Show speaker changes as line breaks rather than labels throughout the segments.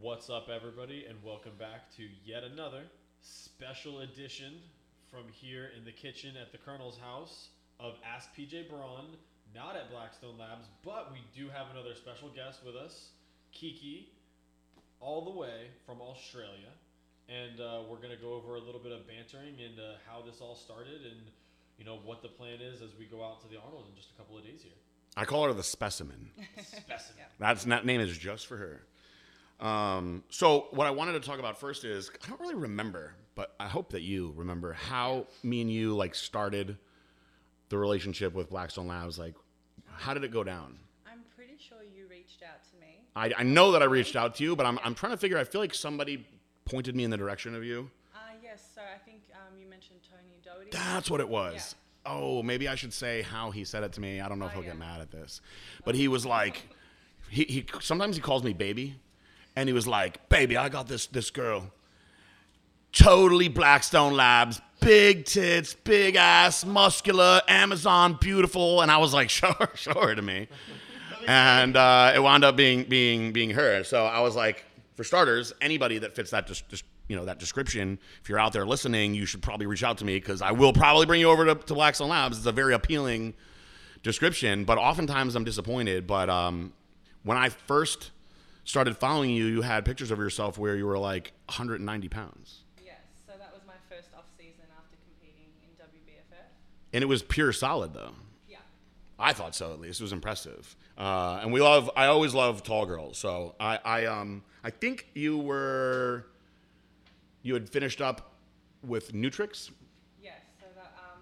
What's up, everybody, and welcome back to yet another special edition from here in the kitchen at the Colonel's house of Ask PJ Braun, not at Blackstone Labs, but we do have another special guest with us, Kiki, all the way from Australia. And uh, we're going to go over a little bit of bantering and uh, how this all started and, you know, what the plan is as we go out to the Arnold in just a couple of days here.
I call her the specimen.
Specimen.
That's that name is just for her. Um, so what I wanted to talk about first is I don't really remember, but I hope that you remember how me and you like started the relationship with Blackstone Labs. Like, how did it go down?
I'm pretty sure you reached out to me.
I, I know that I reached out to you, but I'm I'm trying to figure. I feel like somebody pointed me in the direction of you.
Uh, yes, so I think um, you mentioned Tony Doherty.
That's what it was. Oh, maybe I should say how he said it to me. I don't know if he'll get
yeah.
mad at this. But he was like he, he sometimes he calls me baby and he was like, "Baby, I got this this girl. Totally Blackstone Labs, big tits, big ass, muscular, Amazon beautiful." And I was like, "Sure, sure to me." And uh, it wound up being being being her. So I was like, for starters, anybody that fits that just you know that description, if you're out there listening, you should probably reach out to me because I will probably bring you over to, to Blackstone Labs. It's a very appealing description, but oftentimes I'm disappointed. But um, when I first started following you, you had pictures of yourself where you were like 190 pounds,
Yes, so that was my first off season after competing in WBFF.
and it was pure solid though.
Yeah.
I thought so at least. It was impressive. Uh, and we love. I always love tall girls. So I, I um I think you were you had finished up with Nutrix.
Yes, so that um,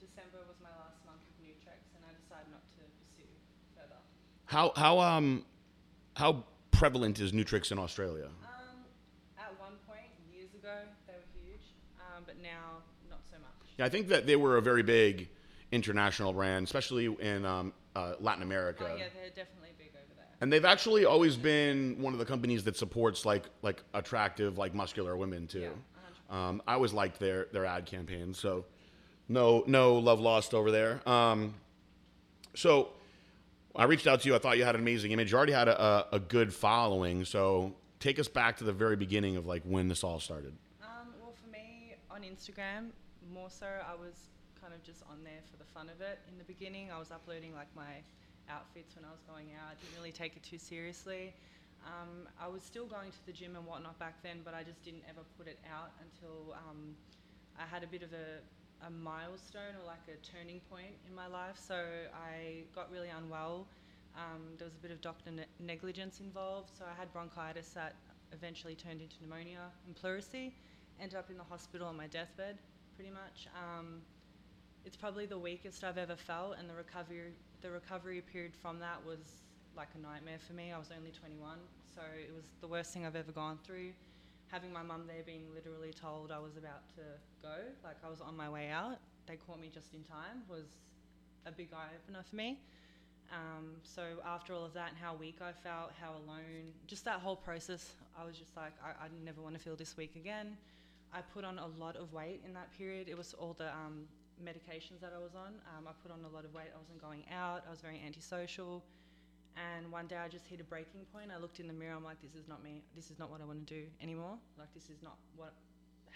December was my last month of Nutrex, and I decided not to pursue further.
How how um how prevalent is Nutrix in Australia?
Um, at one point, years ago, they were huge, um, but now not so much.
Yeah, I think that they were a very big international brand, especially in um, uh, Latin America.
Oh, yeah, they're definitely big over there.
And they've actually always been one of the companies that supports like like attractive, like muscular women too. Um,
uh-huh.
I always liked their their ad campaign. So no no love lost over there. Um, so I reached out to you. I thought you had an amazing image. You already had a, a, a good following. So take us back to the very beginning of like when this all started.
Um, well, for me, on Instagram, more so, I was kind of just on there for the fun of it. In the beginning, I was uploading like my outfits when I was going out. I didn't really take it too seriously. Um, I was still going to the gym and whatnot back then, but I just didn't ever put it out until um, I had a bit of a, a milestone or like a turning point in my life. So I got really unwell. Um, there was a bit of doctor ne- negligence involved. So I had bronchitis that eventually turned into pneumonia and pleurisy. Ended up in the hospital on my deathbed, pretty much. Um, it's probably the weakest I've ever felt, and the recovery the recovery period from that was like a nightmare for me. I was only 21, so it was the worst thing I've ever gone through. Having my mum there, being literally told I was about to go, like I was on my way out, they caught me just in time, was a big eye opener for me. Um, so after all of that, and how weak I felt, how alone, just that whole process, I was just like, I, I never want to feel this weak again. I put on a lot of weight in that period. It was all the um, medications that I was on. Um, I put on a lot of weight. I wasn't going out. I was very antisocial. And one day I just hit a breaking point. I looked in the mirror. I'm like, this is not me. This is not what I want to do anymore. Like, this is not what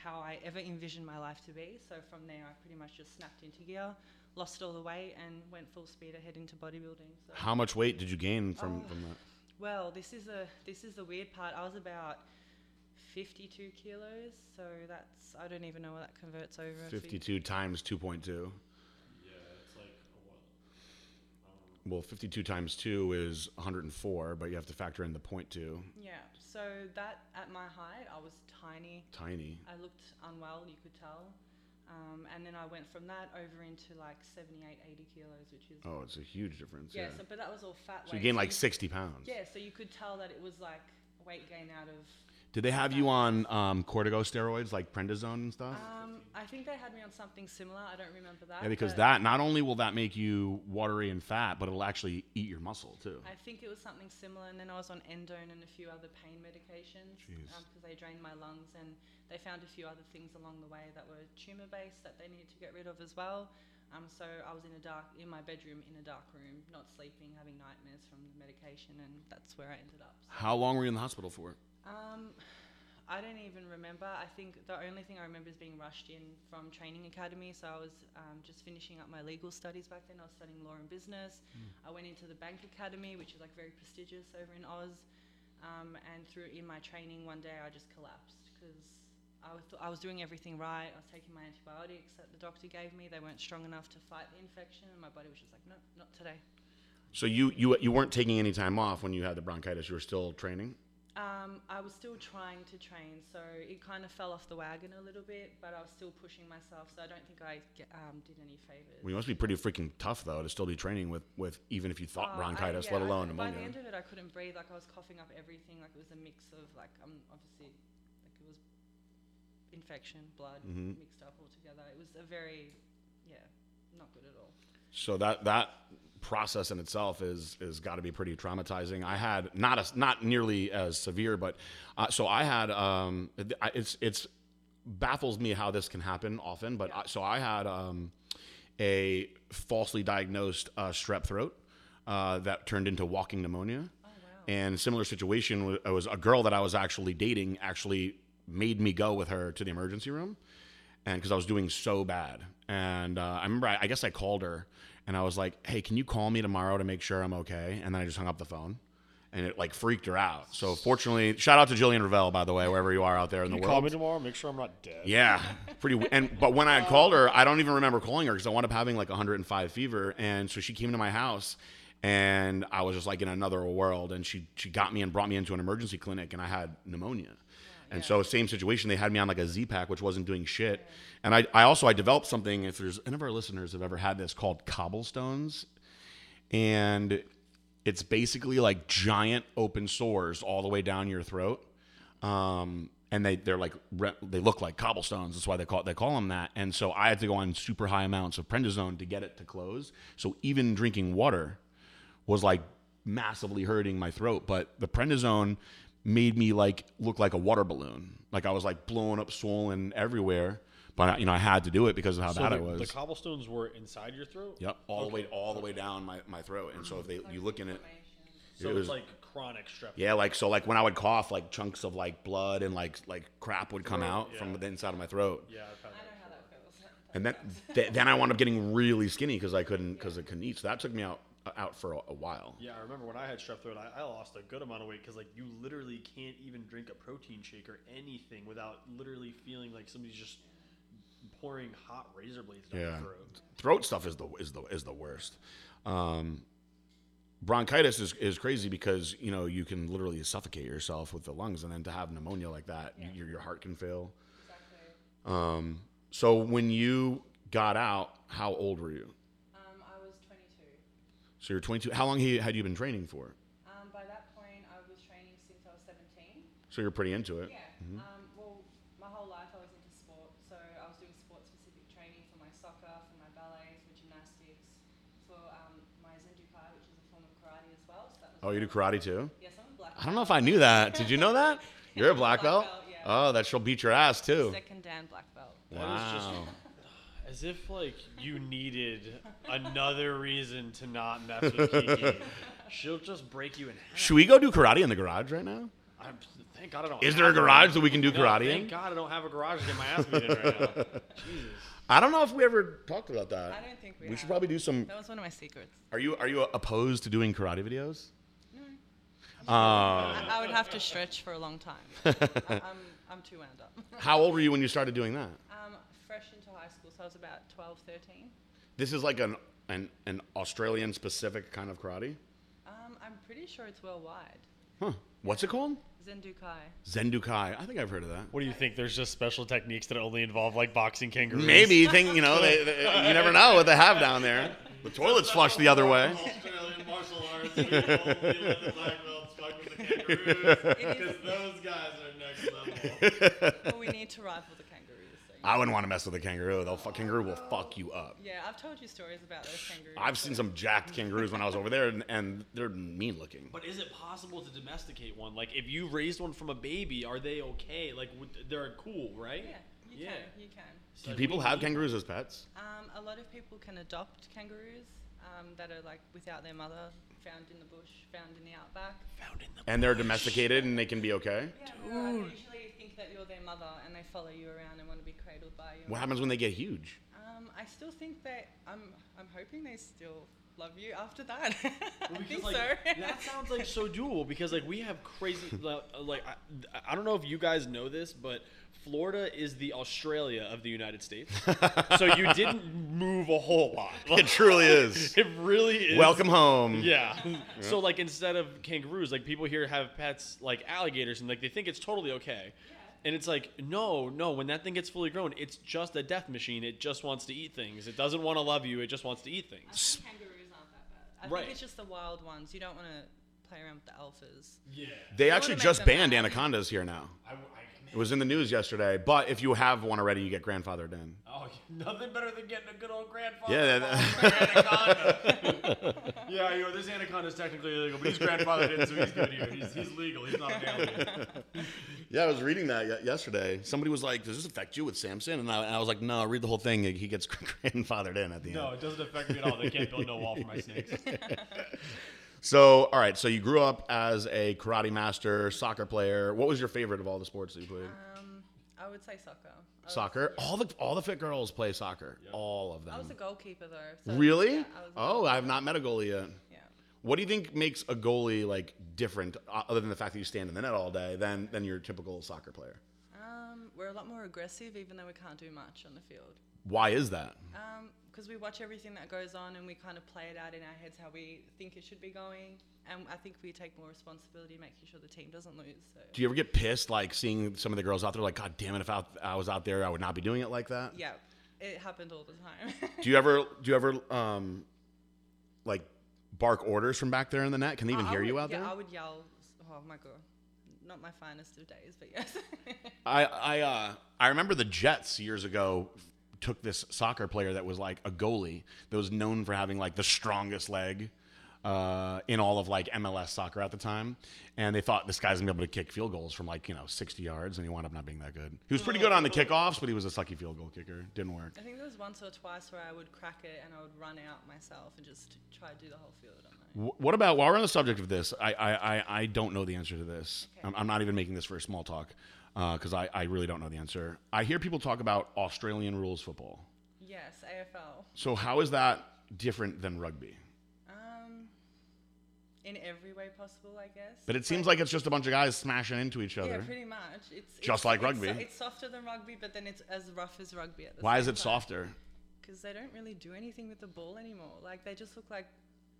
how I ever envisioned my life to be. So from there, I pretty much just snapped into gear, lost all the weight, and went full speed ahead into bodybuilding. So.
How much weight did you gain from
Oh,
from that?
Well, this is a this is the weird part. I was about 52 kilos, so that's I don't even know what that converts over. for you.
52 times 2.2.
Yeah, it's like, what?
Well, 52 times 2 is 104, but you have to factor in the 0.2.
Yeah. So that at my height, I was tiny.
Tiny.
I looked unwell, you could tell. Um, and then I went from that over into like 78, 80 kilos, which is
Oh, it's a huge difference.
yeah.
Yeah.
So, but that was all fat.
So you
weight,
gained like
could-
60 pounds.
Yeah. So you could tell that it was like weight gain out of
Did they have you on um, cortico steroids like prednisone and stuff?
Um, I think they had me on something similar. I don't remember that.
Oh. yeah, because
but
that not only will that make you watery and fat, but it'll actually eat your muscle too.
I think it was something similar, and then I was on endone and a few other pain medications
Jeez.
because they drained my lungs, and they found a few other things along the way that were tumor based that they needed to get rid of as well. Um, so I was in a dark in my bedroom in a dark room, not sleeping, having nightmares from the medication, and that's where I ended up.
How long were you in the hospital for?
Um, I don't even remember. I think the only thing I remember is being rushed in from training academy. So I was um, just finishing up my legal studies back then. I was studying law and business. I went into the bank academy, which is like very prestigious over in Oz. Um, and through in my training, one day I just collapsed because I, was- I was doing everything right. I was taking my antibiotics that the doctor gave me. They weren't strong enough to fight the infection, and my body was just like, no, not today.
So you you you weren't taking any time off when you had the bronchitis. You were still training.
Um, I was still trying to train, so it kind of fell off the wagon a little bit, but I was still pushing myself, so I don't think I ge- um, did any favors.
Well, you must be pretty freaking tough though to still be training with with even if you
Uh,
thought
I-
bronchitis,
yeah,
let
I-
alone
By the
pneumonia.
end of it, I couldn't breathe. Like I was coughing up everything. Like it was a mix of like um, obviously like it was infection, blood
Mm-hmm.
mixed up all together. It was a very yeah, not good at all.
So that that process in itself is is got to be pretty traumatizing. I had not as not nearly as severe, but uh, so I had um it- I- it's it's baffles me how this can happen often, but I, so I had um a falsely diagnosed uh, strep throat uh, that turned into walking pneumonia. And similar situation wa- was a girl that I was actually dating actually made me go with her to the emergency room and because I was doing so bad. And uh, I remember, I, I guess I called her and I was like, "Hey, can you call me tomorrow to make sure I'm okay?" And then I just hung up the phone, and it like freaked her out. So fortunately, shout out to Jillian Ravel, by the way, wherever you are out there in the
You
world.
call me tomorrow. Make sure I'm not dead.
Yeah, pretty. w- And but when I had called her, I don't even remember calling her because I wound up having like 105 fever, and so she came to my house, and I was just like in another world. And she she got me and brought me into an emergency clinic, and I had pneumonia. And so same situation, they had me on like a Z pack, which wasn't doing shit. And I, I also I developed something. If there's any of our listeners have ever had this called cobblestones, and it's basically like giant open sores all the way down your throat. Um, and they they're like re- they look like cobblestones. That's why they call they call them that. And so I had to go on super high amounts of prednisone to get it to close. So even drinking water was like massively hurting my throat. But the prednisone made me like look like a water balloon. Like I was like blown up, swollen everywhere. But I, you know I had to do it because of how
So
bad
the,
it was.
the cobblestones were inside your throat.
Yep, all the way all the way down my, my throat. And so if they you look in it,
So
It
it's
was-
like chronic strep.
yeah, like so like when I would cough, like chunks of like blood and like like crap would come out from
yeah.
the inside of my throat.
Yeah, I've had
I
that.
know how that feels.
And then th- then I wound up getting really skinny because I couldn't because I couldn't eat. So that took me out uh, out for a, a while.
Yeah, I remember when I had strep throat, I, I lost a good amount of weight because like you literally can't even drink a protein shake or anything without literally feeling like somebody's just pouring hot razor blades down
Yeah.
your throat.
Throat stuff is the is the is the worst. Um, bronchitis is, is crazy because you know you can literally suffocate yourself with the lungs, and then to have pneumonia like that, you- your your heart can fail.
Exactly.
Um, so when you got out, how old were you?
Um, I was 22.
So you're 22. How long he- had you been training for?
Um, by that point, I was training since I was 17.
So you're pretty into it.
Yeah. Um, well, my whole life I was into sport, so I was doing sport specific training for my soccer, for my ballets, for gymnastics, for um, my zendukai, which is a form of karate as well. So that was
Oh, you do
what I
karate
was-
too?
Yes, I'm a black
I don't know if I knew that. Did you know that? You're a black belt.
Black belt, yeah.
Oh, that she'll beat your ass
belt.
too.
Second Dan black belt.
That is just-
Wow.
As if like you needed another reason to not mess with Kiki. She'll just break you in half.
Should we go do karate in the garage right now?
I'm, thank God I don't.
Is there a
have one.
garage that we can do
No,
karate
Thank
in?
God I don't have a garage to get my ass beat in right now. Jesus.
I don't know if we ever talked about that.
I don't think we
We should
have.
probably do some.
That was one of my secrets.
Are you are you opposed to doing karate videos? No. Oh.
I, I would have to stretch for a long time. I, I'm, I'm too wound up.
Uh, how old were you when you started doing that?
um, fresh into high school, so I was about 12, 13.
This is like an an, an Australian specific kind of karate.
Um, I'm pretty sure it's worldwide.
Huh. What's it called?
Zendukai.
Zendukai. I think I've heard of that.
What do you think? There's just special techniques that only involve like boxing kangaroos.
Maybe you think you know they, they- you never know what they have down there. The toilets flush the other way.
Australian martial arts. We only let the black belts fuck with the kangaroos
It is-
because those guys are next level.
well, we need to rival the kangaroos. So,
I wouldn't want to mess with a kangaroo. They'll fuck kangaroo will fuck you up.
yeah, I've told you stories about those kangaroos.
I've seen some jacked kangaroos when I was over there, and, and they're mean looking.
But is it possible to domesticate one? Like, if you raised one from a baby, are they okay? Like, would- they're cool, right?
Yeah, you
Yeah.
can. You can.
So
Do
like,
people
we
have
need-
kangaroos as pets?
Um, a lot of people can adopt kangaroos. um, that are like without their mother, found in the bush, found in the outback.
and they're domesticated and they can be okay.
Yeah, no, they usually think that you're their mother and they follow you around and want to be cradled by you.
What happens when they get huge?
Um, I still think that I'm. I'm hoping they still love you after that. I
Because,
think
like,
so.
that sounds like so doable because like we have crazy like, uh, like I, I don't know if you guys know this, but Florida is the Australia of the United States. so you didn't move a whole lot.
It truly is.
It really is.
Welcome home.
Yeah. So like instead of kangaroos, like people here have pets like alligators and like they think it's totally okay. And it's like, no, no, when that thing gets fully grown, it's just a death machine. It just wants to eat things. It doesn't want to love you. It just wants to eat
I
things.
think kangaroos aren't that bad. I
Right.
think it's just the wild ones. You don't want to play around with the alphas.
Yeah.
They
wanna
actually
make
just
them
banned
laugh.
anacondas here now.
I, I,
It was in the news yesterday. But if you have one already, you get grandfathered in.
oh, nothing better than getting a good old grandfather.
Yeah,
yeah, you know, this anaconda is technically illegal, but he's grandfathered in, so he's good here. He's, he's legal. He's not an alien.
Yeah, I was reading that y- yesterday. Somebody was like, "Does this affect you with Samson?" And I, and I was like, "No, read the whole thing. He gets grandfathered in at the
No,
end."
it doesn't affect me at all. They can't build no wall for my snakes.
So, all right. So you grew up as a karate master, soccer player. What was your favorite of all the sports that you played?
Um, I would say soccer. I was-
soccer. All the all the fit girls play soccer. All of them.
I was a goalkeeper though. So
really?
Yeah, I was a
oh,
goal-
I've not met a goalie yet.
yeah.
What do you think makes a goalie like different, o- other than the fact that you stand in the net all day, than than your typical soccer player?
Um, we're a lot more aggressive, even though we can't do much on the field.
Why is that?
because we watch everything that goes on and we kind of play it out in our heads how we think it should be going. And I think we take more responsibility making sure the team doesn't lose. So
Do you ever get pissed like seeing some of the girls out there? Like, God damn it! If I, I was out there, I would not be doing it like that.
yeah, it happened all the time.
Do you ever? Do you ever um, like bark orders from back there in the net? Can they even
I
hear
would,
you out
yeah,
there?
I would yell. Oh my god, not my finest of days, but yes.
I I uh, I remember the Jets years ago took this soccer player that was like a goalie that was known for having like the strongest leg uh, in all of like MLS soccer at the time, and they thought this guy's gonna be able to kick field goals from like you know 60 yards, and he wound up not being that good. He was pretty
Oh.
good on the kickoffs, but he was a sucky field goal kicker. Didn't work.
I think there was once or twice where I would crack it and I would run out myself and just try to do the whole field on my own.
Wh- What about while we're on the subject of this? I I, I, I don't know the answer to this. I'm, I'm not even making this for a small talk because I, I really don't know the answer. I hear people talk about Australian rules football.
Yes, AFL.
So how is that different than rugby?
Um, in every way possible, I guess.
But it seems like it's just a bunch of guys smashing into each
Yeah,
other.
pretty much. It's
Just
it's-
like
it's
rugby.
so- It's softer than rugby, but then it's as rough as rugby at the
Why is it softer?
Because they don't really do anything with the ball anymore. Like they just look like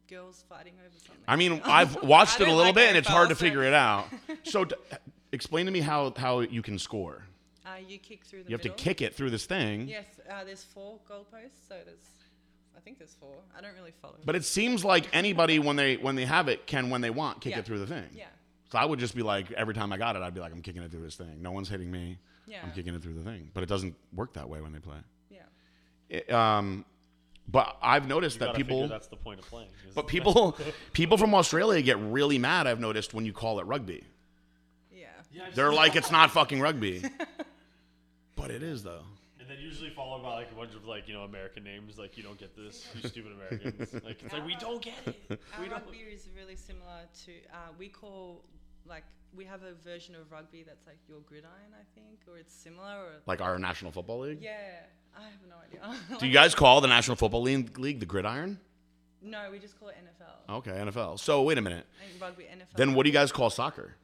girls fighting over something.
I mean, I've watched it a
don't
little
like
bit and it's
AFL,
hard to
so-
figure it out. So t- explain to me how how you can score.
uh, you kick through the.
You have to
middle.
kick it through this thing.
Yes, uh, there's four goalposts, so there's, I think there's four. I don't really follow.
But it seems like anybody when they when they have it can when they want kick
Yeah.
it through the thing.
yeah,
So I would just be like, every time I got it, I'd be like, I'm kicking it through this thing. No one's hitting me.
Yeah.
I'm kicking it through the thing. But it doesn't work that way when they play.
yeah.
It, um, but I've noticed that
Gotta figure
people,
That's the point of playing. is-
but people, people from Australia get really mad. I've noticed when you call it rugby,
Yeah.
Yeah, I've
they're
seen-
like, it's not fucking rugby. but it is though.
And then usually followed by like a bunch of like you know American names like you don't get this you stupid Americans like it's like we don't get it
Our
we don't
rugby is really similar to. Uh, we call like we have a version of rugby that's like your gridiron, I think, or it's similar. Or
Like our National Football League.
yeah, I have no idea.
Do you guys call the National Football League, League the Gridiron?
no, we just call it NFL.
Okay, NFL. So wait a minute.
And rugby NFL.
Then what do you guys call soccer?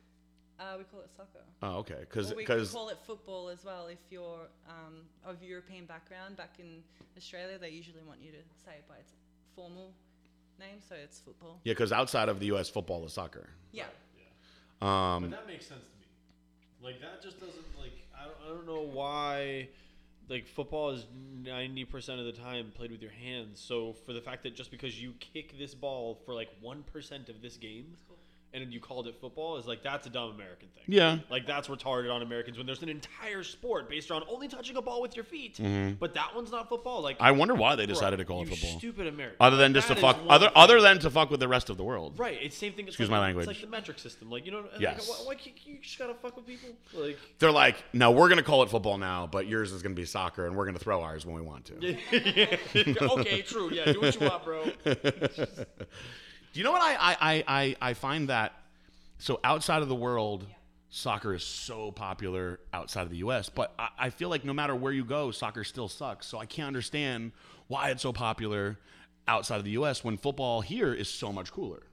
Uh, we call it soccer.
Oh, okay. Because
Or we could
because
call it football as well if you're um, of European background. Back in Australia, they usually want you to say it by its formal name, so it's football.
yeah, because outside of the U.S., football is soccer.
Yeah.
Um,
but that makes sense to me like that just doesn't like I don't, I don't know why like football is 90% of the time played with your hands so for the fact that just because you kick this ball for like 1% of this game and you called it football is like that's a dumb American thing.
Yeah.
Like that's retarded on Americans when there's an entire sport based around only touching a ball with your feet. But that one's not football. Like
Mm-hmm. I wonder why they
bro,
decided to call it
you
football.
Stupid American.
Other than just
That
to
is
fuck
one
other
thing.
other than to fuck with the rest of the world.
Right, it's same thing. It's
Excuse
like-
my
It's
language.
like the metric system, like you know. Like,
Yes.
why, why can't you, you just gotta fuck with people? Like,
They're like, no, we're gonna call it football now, but yours is gonna be soccer, and we're gonna throw ours when we want to.
okay, true. Yeah, do what you want, bro.
Do you know what I I, I I I find that so outside of the world, soccer is so popular outside of the U.S. But I, I feel like no matter where you go, soccer still sucks. So I can't understand why it's so popular outside of the U.S. when football here is so much cooler.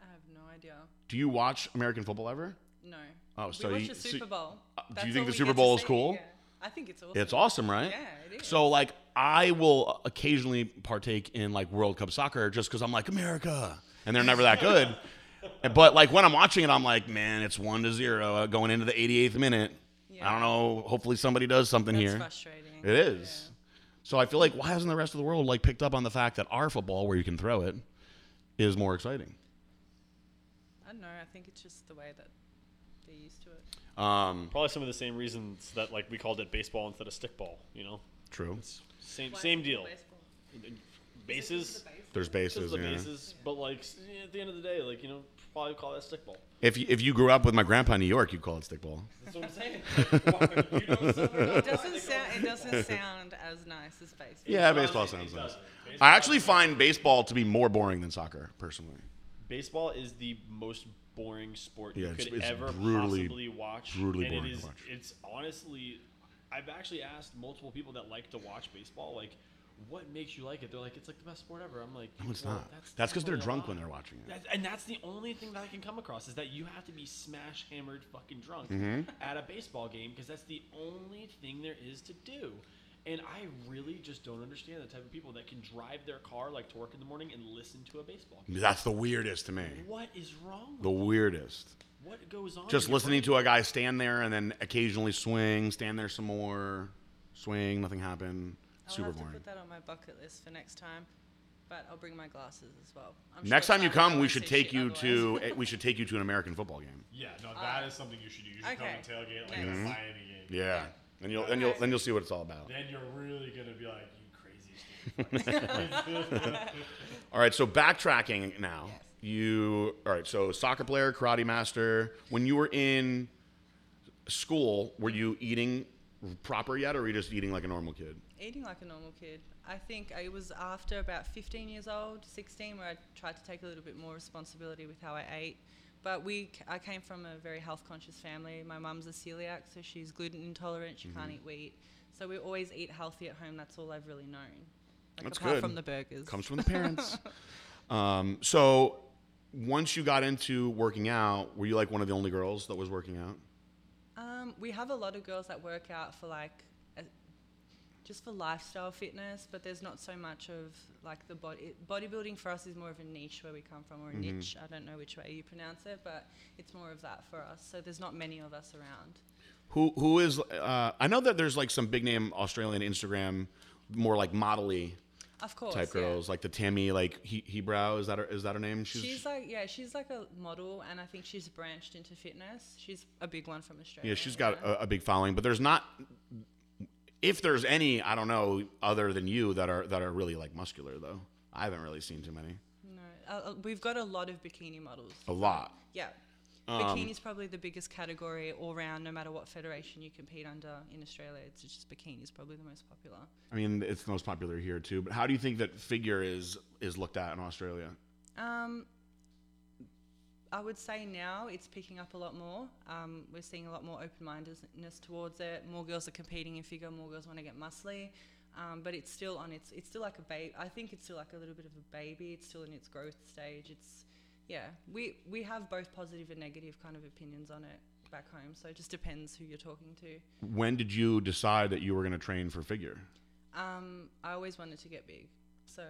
I have no idea.
Do you watch American football ever?
No.
Oh, so
we watch
you-
the
so-
Super Bowl.
Uh, do you
That's
think
all
the
we
Super
get to
Bowl is
see,
cool?
yeah. I think it's awesome.
It's awesome, right?
Yeah, it is.
So like I will occasionally partake in like World Cup soccer just because I'm like America, and they're never that good. but like when I'm watching it, I'm like, man, it's one to zero uh, going into the 88th minute. I
Yeah.
don't know. Hopefully somebody does something
That's
here.
frustrating.
It is. So I feel like why hasn't the rest of the world like picked up on the fact that our football, where you can throw it, is more exciting?
I don't know. I think it's just the way that they're used to it.
Um,
Probably some of the same reasons that like we called it baseball instead of stickball. You know,
true.
same
Why
same
is it
deal.
baseball?
Bases.
There's
Because
bases.
of the
yeah.
bases, but like s- yeah, at the end of the day, like you know, probably call that stickball.
If you, if you grew up with my grandpa in New York, you'd call it stickball.
That's what I'm saying. Like, why- you know, someone
It
else-
doesn't sound. It doesn't sound as nice as baseball.
Yeah,
It
baseball
doesn't-
sounds
it
nice.
doesn't.
I actually find baseball to be more boring than soccer, personally.
Baseball is the most boring sport
Yeah,
you
it's-
could
it's
ever
brutally-
possibly watch.
brutally
and
boring
it
to
is,
watch.
It's honestly, I've actually asked multiple people that like to watch baseball, like, what makes you like it? They're like, it's like the best sport ever. I'm like,
No, it's
"Well,
not. That's because they're
definitely a
drunk
lie."
when they're watching it.
That's, and that's the only thing that I can come across is that you have to be smash hammered fucking drunk
Mm-hmm.
at a baseball game because that's the only thing there is to do. And I really just don't understand the type of people that can drive their car like to work in the morning and listen to a baseball game.
That's the weirdest to me.
What is wrong? With
The weirdest.
Oh,
what goes on?
Just listening to a guy stand there and then occasionally swing, stand there some more, swing, nothing happened.
I'll
Super
have to
boring.
put that on my bucket list for next time. But I'll bring my glasses as well. I'm
Next
sure
time you
I- I
come, we
won't
should
see
take
shit
you to
otherwise.
we should take you to an American football game.
Yeah, no,
that Uh,
is something you should do. You
should come okay. and tailgate, like, at a Nice.
game.
Yeah. And you'll and you'll then you'll see what it's all about.
Then you're really gonna be like, you crazy.
All right, so backtracking now.
Yes.
You all right? So soccer player, karate master. When you were in school, were you eating proper yet, or were you just eating like a normal kid?
eating like a normal kid. I think it was after about 15 years old, 16, where I tried to take a little bit more responsibility with how I ate. But we, c- I came from a very health conscious family. My mum's a celiac, so she's gluten intolerant. She
Mm-hmm.
can't eat wheat. So we always eat healthy at home. That's all I've really known. Like
That's
apart
good.
from the burgers.
Comes from the parents. um, so once you got into working out, were you like one of the only girls that was working out?
Um, we have a lot of girls that work out for like a, just for lifestyle fitness, but there's not so much of like the body bodybuilding for us is more of a niche where we come from or a
Mm-hmm.
niche. I don't know which way you pronounce it, but it's more of that for us. So there's not many of us around.
Who who is? Uh, I know that there's like some big name Australian Instagram, more like modely
Of course,
type
yeah.
girls, like the Tammy like he, Hebrow. Is that her, is that her name?
She's like yeah, she's like a model, and I think she's branched into fitness. She's a big one from Australia.
Yeah, she's got
yeah.
a, a big following, but there's not. If there's any, I don't know, other than you that are that are really like muscular though. I haven't really seen too many.
no, uh, uh, we've got a lot of bikini models.
A lot.
Yeah. Bikini's probably the biggest category all round, no matter what federation you compete under in Australia. It's just bikini's probably the most popular.
I mean, it's the most popular here too. But how do you think that figure is is looked at in Australia?
Um, I would say now it's picking up a lot more. Um, we're seeing a lot more open mindedness towards it. More girls are competing in figure, more girls want to get muscly. Um, but it's still on its, it's still like a baby. I think it's still like a little bit of a baby. It's still in its growth stage. It's, yeah, we, we have both positive and negative kind of opinions on it back home. So it just depends who you're talking to.
When did you decide that you were going to train for figure?
Um, I always wanted to get big, so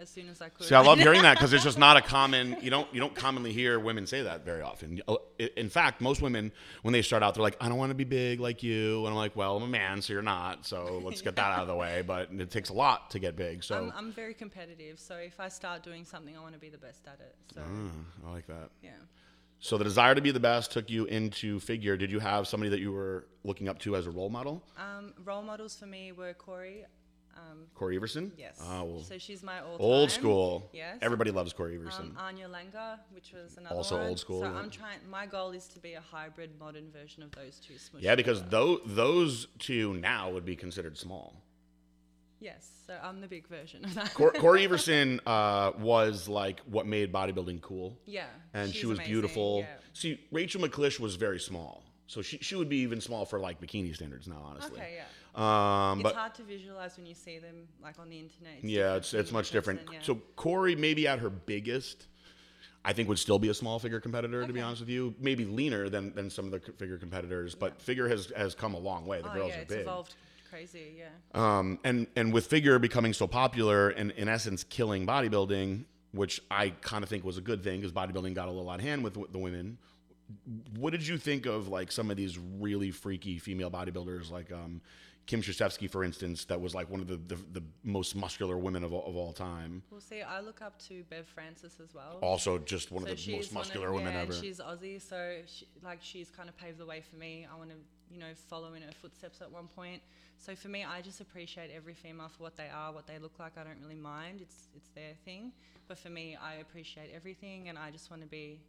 as soon as I could.
See, I love hearing that because it's just not a common. You don't you don't commonly hear women say that very often. Oh, i- In fact, most women when they start out, they're like, "I don't want to be big like you," and I'm like, "Well, I'm a man, so you're not. So let's get that out of the way." But it takes a lot to get big. So
I'm, I'm very competitive, so if I start doing something, I want to be the best at it. So
Mm, I like that.
yeah,
So the desire to be the best took you into figure. Did you have somebody that you were looking up to as a role model?
um, role models for me were Corey. Um,
Corey Everson.
yes,
Oh, well,
so she's my
old
all-time.
school.
Yes.
Everybody loves Corey Everson.
Um, Anya Langer, which was another
Also
one.
old school,
So
yeah.
I'm trying. My goal is to be a hybrid, modern version of those two. Smushed
yeah, because
together.
tho- those two now would be considered small.
yes, so I'm the big version of that.
Cor- Corey Everson uh, was like what made bodybuilding cool,
yeah,
and she
she's
was
amazing,
beautiful.
yeah.
See, Rachel McClish was very small, so she she would be even small for like bikini standards now, honestly.
Okay, yeah.
Um,
It's
but
hard to visualize when you see them like on the internet.
yeah,
different
it's
from
it's
you in
much different.
person, yeah.
So Corey, maybe at her biggest, I think would still be a small figure competitor. To be
Okay.
honest with you, maybe leaner than than some of the c- figure competitors, but figure has has come a long way. The
oh,
girls
yeah,
are
it's
big.
evolved crazy. Yeah,
Um, and and with figure becoming so popular and in essence killing bodybuilding, which I kind of think was a good thing because bodybuilding got a little out of hand with, with the women. What did you think of like some of these really freaky female bodybuilders, like um, Kim Shashevsky, for instance, that was like one of the, the, the most muscular women of all, of all time.
we'll see. I look up to Bev Francis as well.
Also, just one
So
of Oh, the most
she's one of-
muscular women
yeah,
ever.
And she's Aussie, so she, like she's kind of paved the way for me. I want to, you know, follow in her footsteps at one point. So for me, I just appreciate every female for what they are, what they look like. I don't really mind. It's it's their thing. But for me, I appreciate everything, and I just want to be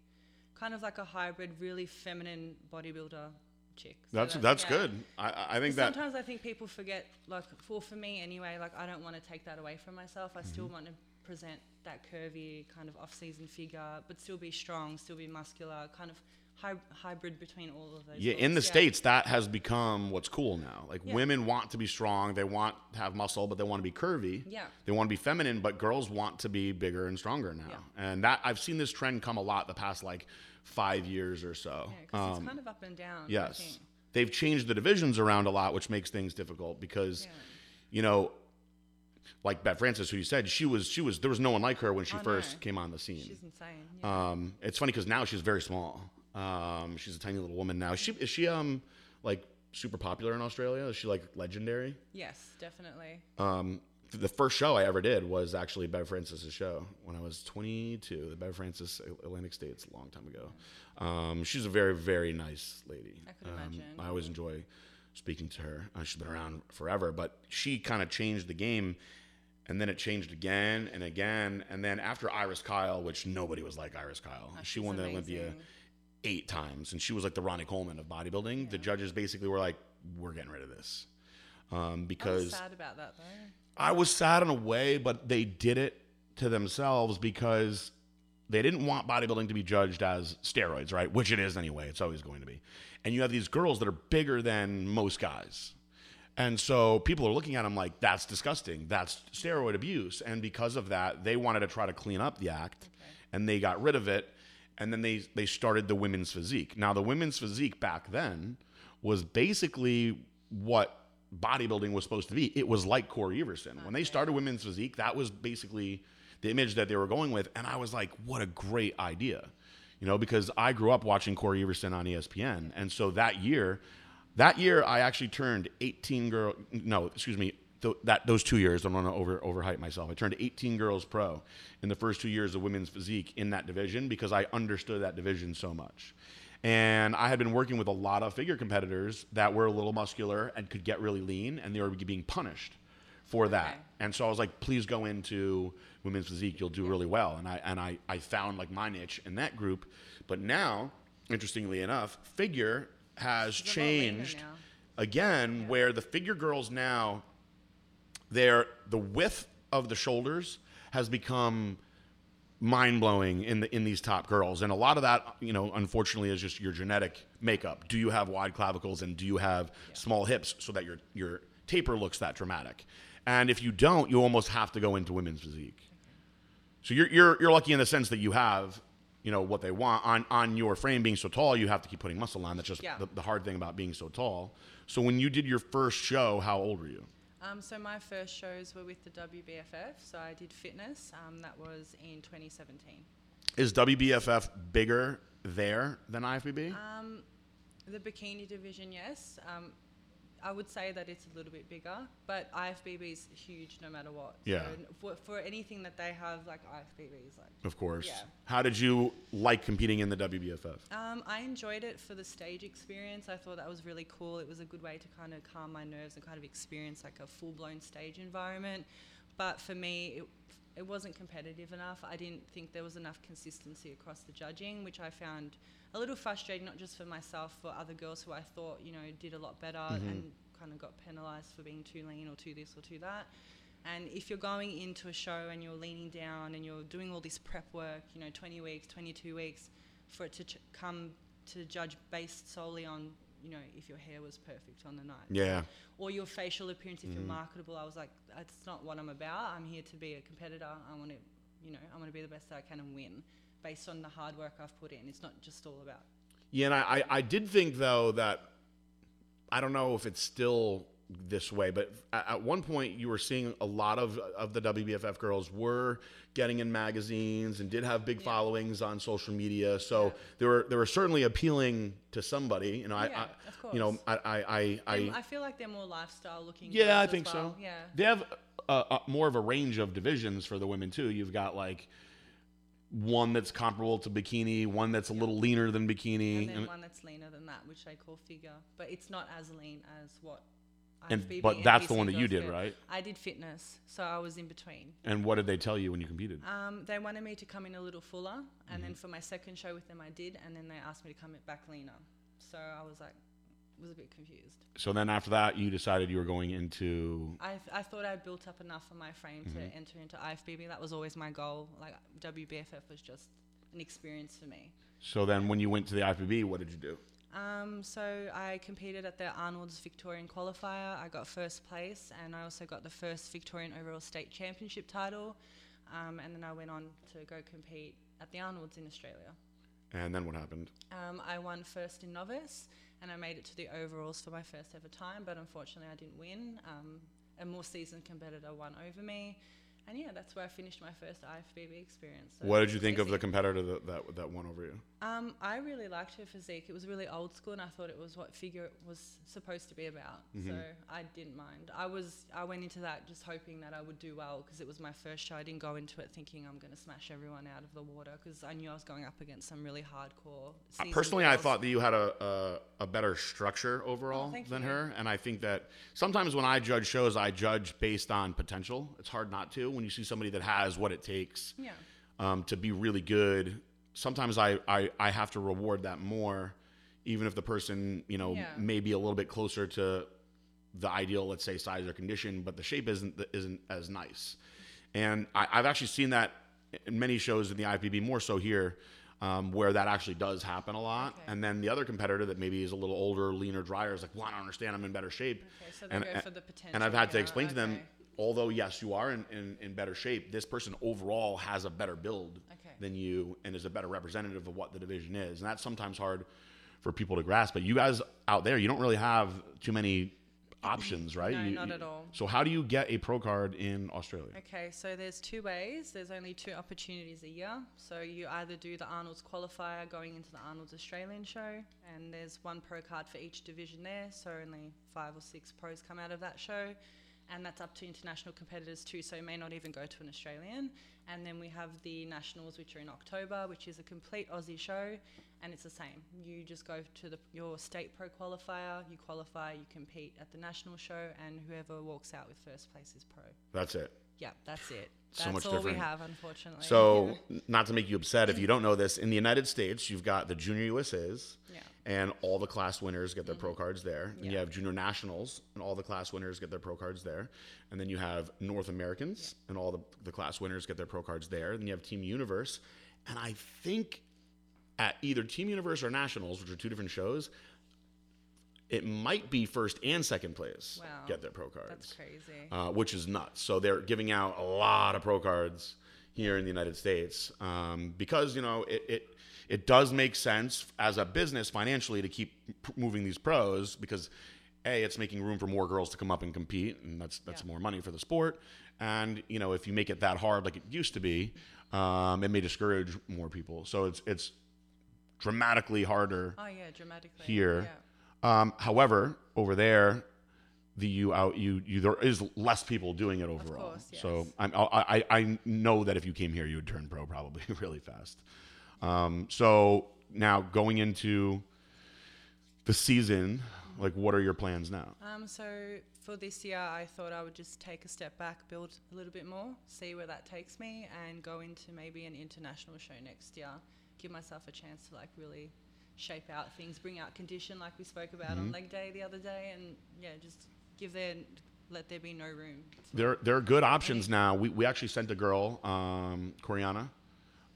kind of like a hybrid, really feminine bodybuilder chick. So
That's
that-
that's
yeah.
good. I- I, I think that
Sometimes I think people forget, like, for for me anyway, like I don't want to take that away from myself. I
Mm-hmm.
still want to present that curvy kind of off-season figure, but still be strong, still be muscular, kind of hy- hybrid between all of those.
Yeah, in the
looks.
states, that has become what's cool now. Like
Yeah.
women want to be strong, they want to have muscle, but they want to be curvy.
Yeah.
they want to be feminine, but girls want to be bigger and stronger now. And that I've seen this trend come a lot the past like five years or so.
Yeah, 'cause
Um,
it's kind of up and down. I
yes,
think.
they've changed the divisions around a lot, which makes things difficult because,
Yeah.
you know. Like Bette Francis, who you said she was, she was. There was no one like her when she
Oh,
first
no.
came on the scene.
She's insane. Yeah.
Um, it's funny because now she's very small. Um, she's a tiny little woman now. Is she is she um like super popular in Australia? Is she like legendary?
yes, definitely.
Um, th- the first show I ever did was actually Bev Francis's show when I was 22. The Bev Francis At- Atlantic States, a long time ago. Um, she's a very very nice lady.
I could
Um,
imagine.
I always enjoy speaking to her. Uh, she's been around forever, but she kind of changed the game. And then it changed again and again. And then after Iris Kyle, which nobody was like Iris Kyle,
Oh,
she
she's
won the
amazing.
Olympia eight times, and she was like the Ronnie Coleman of bodybuilding. The judges basically were like, "We're getting rid of this," um,
I was
because
sad about that though.
I was sad in a way, but they did it to themselves because they didn't want bodybuilding to be judged as steroids, right? Which it is anyway. It's always going to be. And you have these girls that are bigger than most guys. And so people are looking at them like, that's disgusting. That's steroid abuse. And because of that, they wanted to try to clean up the act and they got rid of it. And then they, they started the women's physique. Now, the women's physique back then was basically what bodybuilding was supposed to be. It was like Corey Everson. When they started women's physique, that was basically the image that they were going with. And I was like, what a great idea. You know, because I grew up watching Corey Everson on E ESPN. And so that year, that year I actually turned 18 girl no, excuse me, th- that those two years, I don't want to over overhype myself. I turned 18 girls pro in the first two years of women's physique in that division because I understood that division so much. And I had been working with a lot of figure competitors that were a little muscular and could get really lean and they were being punished for that.
Okay.
And so I was like, please go into women's physique. You'll do really well. And I and I, I found like my niche in that group. But now, interestingly enough, figure has
a lot leaner
changed
now.
again where the figure girls now they're the width of the shoulders has become mind blowing in the in these top girls, and a lot of that, you know, unfortunately, is just your genetic makeup. Do you have wide clavicles and do you have small hips so that your your taper looks that dramatic? And if you don't, you almost have to go into women's physique. So you're you're you're lucky in the sense that you have. You know what they want on on your frame being so tall, you have to keep putting muscle on. That's just
Yeah.
the, the hard thing about being so tall. So when you did your first show, how old were you?
Um, so my first shows were with the WBFF. So I did fitness. Um, that was in 2017.
Is WBFF bigger there than IFBB?
Um, the bikini division, yes. Um, I would say that it's a little bit bigger, but IFBB is huge no matter what.
Yeah.
So n- for, for anything that they have, like IFBB is like
of course.
yeah.
How did you like competing in the WBFF?
Um, I enjoyed it for the stage experience. I thought that was really cool. It was a good way to kind of calm my nerves and kind of experience like a full blown stage environment. But for me, it, it wasn't competitive enough. I didn't think there was enough consistency across the judging, which I found a little frustrating, not just for myself, for other girls who I thought, you know, did a lot better and kind of got penalized for being too lean or too this or too that. And if you're going into a show and you're leaning down and you're doing all this prep work, you know, 20 weeks, 22 weeks, for it to ch- come to judge based solely on, you know, if your hair was perfect on the night
Yeah. Mm-hmm.
or your facial appearance if you're marketable. I was like, that's not what I'm about. I'm here to be a competitor. I want to, you know, I want to be the best that I can and win based on the hard work I've put in. It's not just all about
Yeah, and I, I, I did think though that I don't know if it's still this way, but at, at one point you were seeing a lot of of the WBFF girls were getting in magazines and did have big followings on social media, so they were they were certainly appealing to somebody. You know, I,
Yeah,
I
of
you know
course.
I I I,
I,
I
I feel like they're more lifestyle looking. girls
yeah, I
as
think so.
well. Yeah.
they have uh, uh, more of a range of divisions for the women too. You've got like. One that's comparable to bikini, one that's a little leaner than bikini,
And then
and-
one that's leaner than that, which they call figure, but it's not as lean as what.
And-
IFBB
but that's the
BC
one that you
girls
did,
do.
right?
I did fitness, so I was in between.
And what did they tell you when you competed?
Um, they wanted me to come in a little fuller, and then for my second show with them, I did, and then they asked me to come in back leaner. So I was like, was a bit confused.
So then after that, you decided you were going into.
I, th- I thought I'd built up enough on my frame to enter into IFBB. That was always my goal. Like WBFF was just an experience for me.
So then when you went to the IFBB, what did you do?
Um, so I competed at the Arnold's Victorian qualifier. I got first place, and I also got the first Victorian overall state championship title. Um, and then I went on to go compete at the Arnold's in Australia.
And then what happened?
Um, I won first in novice, and I made it to the overalls for my first ever time, but unfortunately, I didn't win. Um, a more seasoned competitor won over me, and yeah, that's where I finished my first IFBB experience. So
what
it
did
was
you think of the
crazy.
competitor that, that that won over you?
Um, I really liked her physique. It was really old school, and I thought it was what figure it was supposed to be about.
Mm-hmm.
So I didn't mind. I was I went into that just hoping that I would do well because it was my first show. I didn't go into it thinking I'm going to smash everyone out of the water because I knew I was going up against some really hardcore. seasoned
Personally, I
girls.
thought that you had a a, a better structure overall
Oh, thank
than
you.
her, and I think that sometimes when I judge shows, I judge based on potential. It's hard not to when you see somebody that has what it takes.
yeah.
um, to be really good. Sometimes I, I, I have to reward that more, even if the person, you know,
Yeah.
may be a little bit closer to the ideal, let's say size or condition, but the shape isn't, the- isn't as nice. And I, I've actually seen that in many shows in the IPB, more so here, um, where that actually does happen a lot.
Okay.
And then the other competitor that maybe is a little older, leaner, drier is like, well, I don't understand. I'm in better shape.
Okay, so they go for the
And I've
potential,
had to
yeah,
explain to them,
okay.
although yes, you are in, in, in better shape, this person overall has a better build
Okay.
than you and is a better representative of what the division is. And that's sometimes hard for people to grasp. But you guys out there, you don't really have too many options, right?
No,
You-
not
you-
at all.
So how do you get a pro card in Australia?
Okay, so there's two ways. There's only two opportunities a year. So you either do the Arnold's qualifier going into the Arnold's Australian show, and there's one pro card for each division there. So only five or six pros come out of that show, and that's up to international competitors too. So you may not even go to an Australian. And then we have the nationals, which are in October, which is a complete Aussie show, and it's the same. You just go to the, your state pro qualifier, you qualify, you compete at the national show, and whoever walks out with first place is pro.
That's it.
Yeah, that's it.
So
That's
much
all
different.
we have, unfortunately.
So, n- not to make you upset, if you don't know this, in the United States, you've got the junior USAs,
Yeah. Mm-hmm.
and all the class winners get their pro cards there. And you
Yeah.
have junior nationals, and all the class winners get their pro cards there. And then you have North Americans, and all the, the class winners get their pro cards there. Then you have Team Universe, and I think at either Team Universe or Nationals, which are two different shows, it might be first and second place
Wow.
get their pro cards
that's crazy.
uh, which is nuts. So they're giving out a lot of pro cards here in the United States um, because you know it, it it does make sense as a business financially to keep p- moving these pros because a it's making room for more girls to come up and compete and that's that's
Yeah.
more money for the sport and you know if you make it that hard like it used to be um, it may discourage more people so it's it's dramatically harder
Oh yeah, dramatically.
here.
Yeah.
Um, however, over there, the you out you you there is less people doing it overall.
course, yes.
So I'm, I I I know that if you came here, you would turn pro probably really fast. Um, so now going into the season, like what are your plans now?
Um, so for this year, I thought I would just take a step back, build a little bit more, see where that takes me, and go into maybe an international show next year. Give myself a chance to like really shape out things, bring out condition, like we spoke about
Mm-hmm.
on leg day the other day, and yeah, just give there, let there be no room.
There there are good options now. We we actually sent a girl, um, Coriana.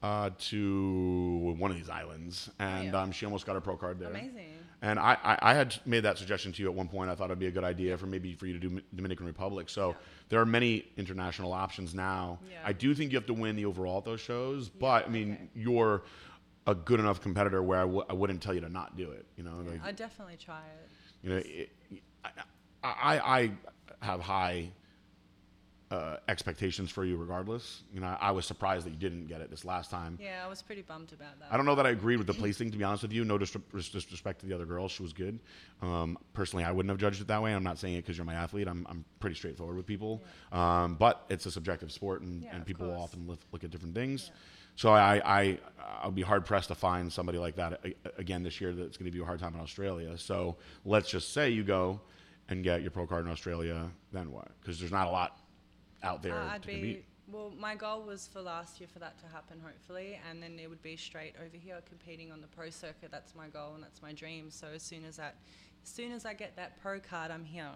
Uh, to one of these islands, and
yeah.
um, she almost got her pro card there.
Amazing.
And I, I, I had made that suggestion to you at one point. I thought it'd be a good idea for maybe for you to do Dominican Republic. So there are many international options now.
Yeah.
I do think you have to win the overall at those shows, but I mean,
okay.
you're a good enough competitor where I w- I wouldn't tell you to not do it. You know, like,
I'd definitely try it.
you know, it, I, I, I have high uh, expectations for you regardless. You know, I was surprised that you didn't get it this last time.
Yeah, I was pretty bummed about that.
I don't know that I agreed with the placing, to be honest with you. No dis- dis- disrespect to the other girl. She was good. Um, personally, I wouldn't have judged it that way. I'm not saying it because you're my athlete. I'm, I'm pretty straightforward with people. Um, but it's a subjective sport, and,
Yeah,
and
of
people will
course.
often look, look at different things. So I, I, I'll be hard pressed to find somebody like that a- a- again this year that's going to give you a hard time in Australia. So let's just say you go and get your pro card in Australia, then what? Because there's not a lot out there
Uh, I'd
to compete.
be well. My goal was for last year for that to happen, hopefully, and then it would be straight over here competing on the pro circuit. That's my goal and that's my dream. So as soon as that, as soon as I get that pro card, I'm here,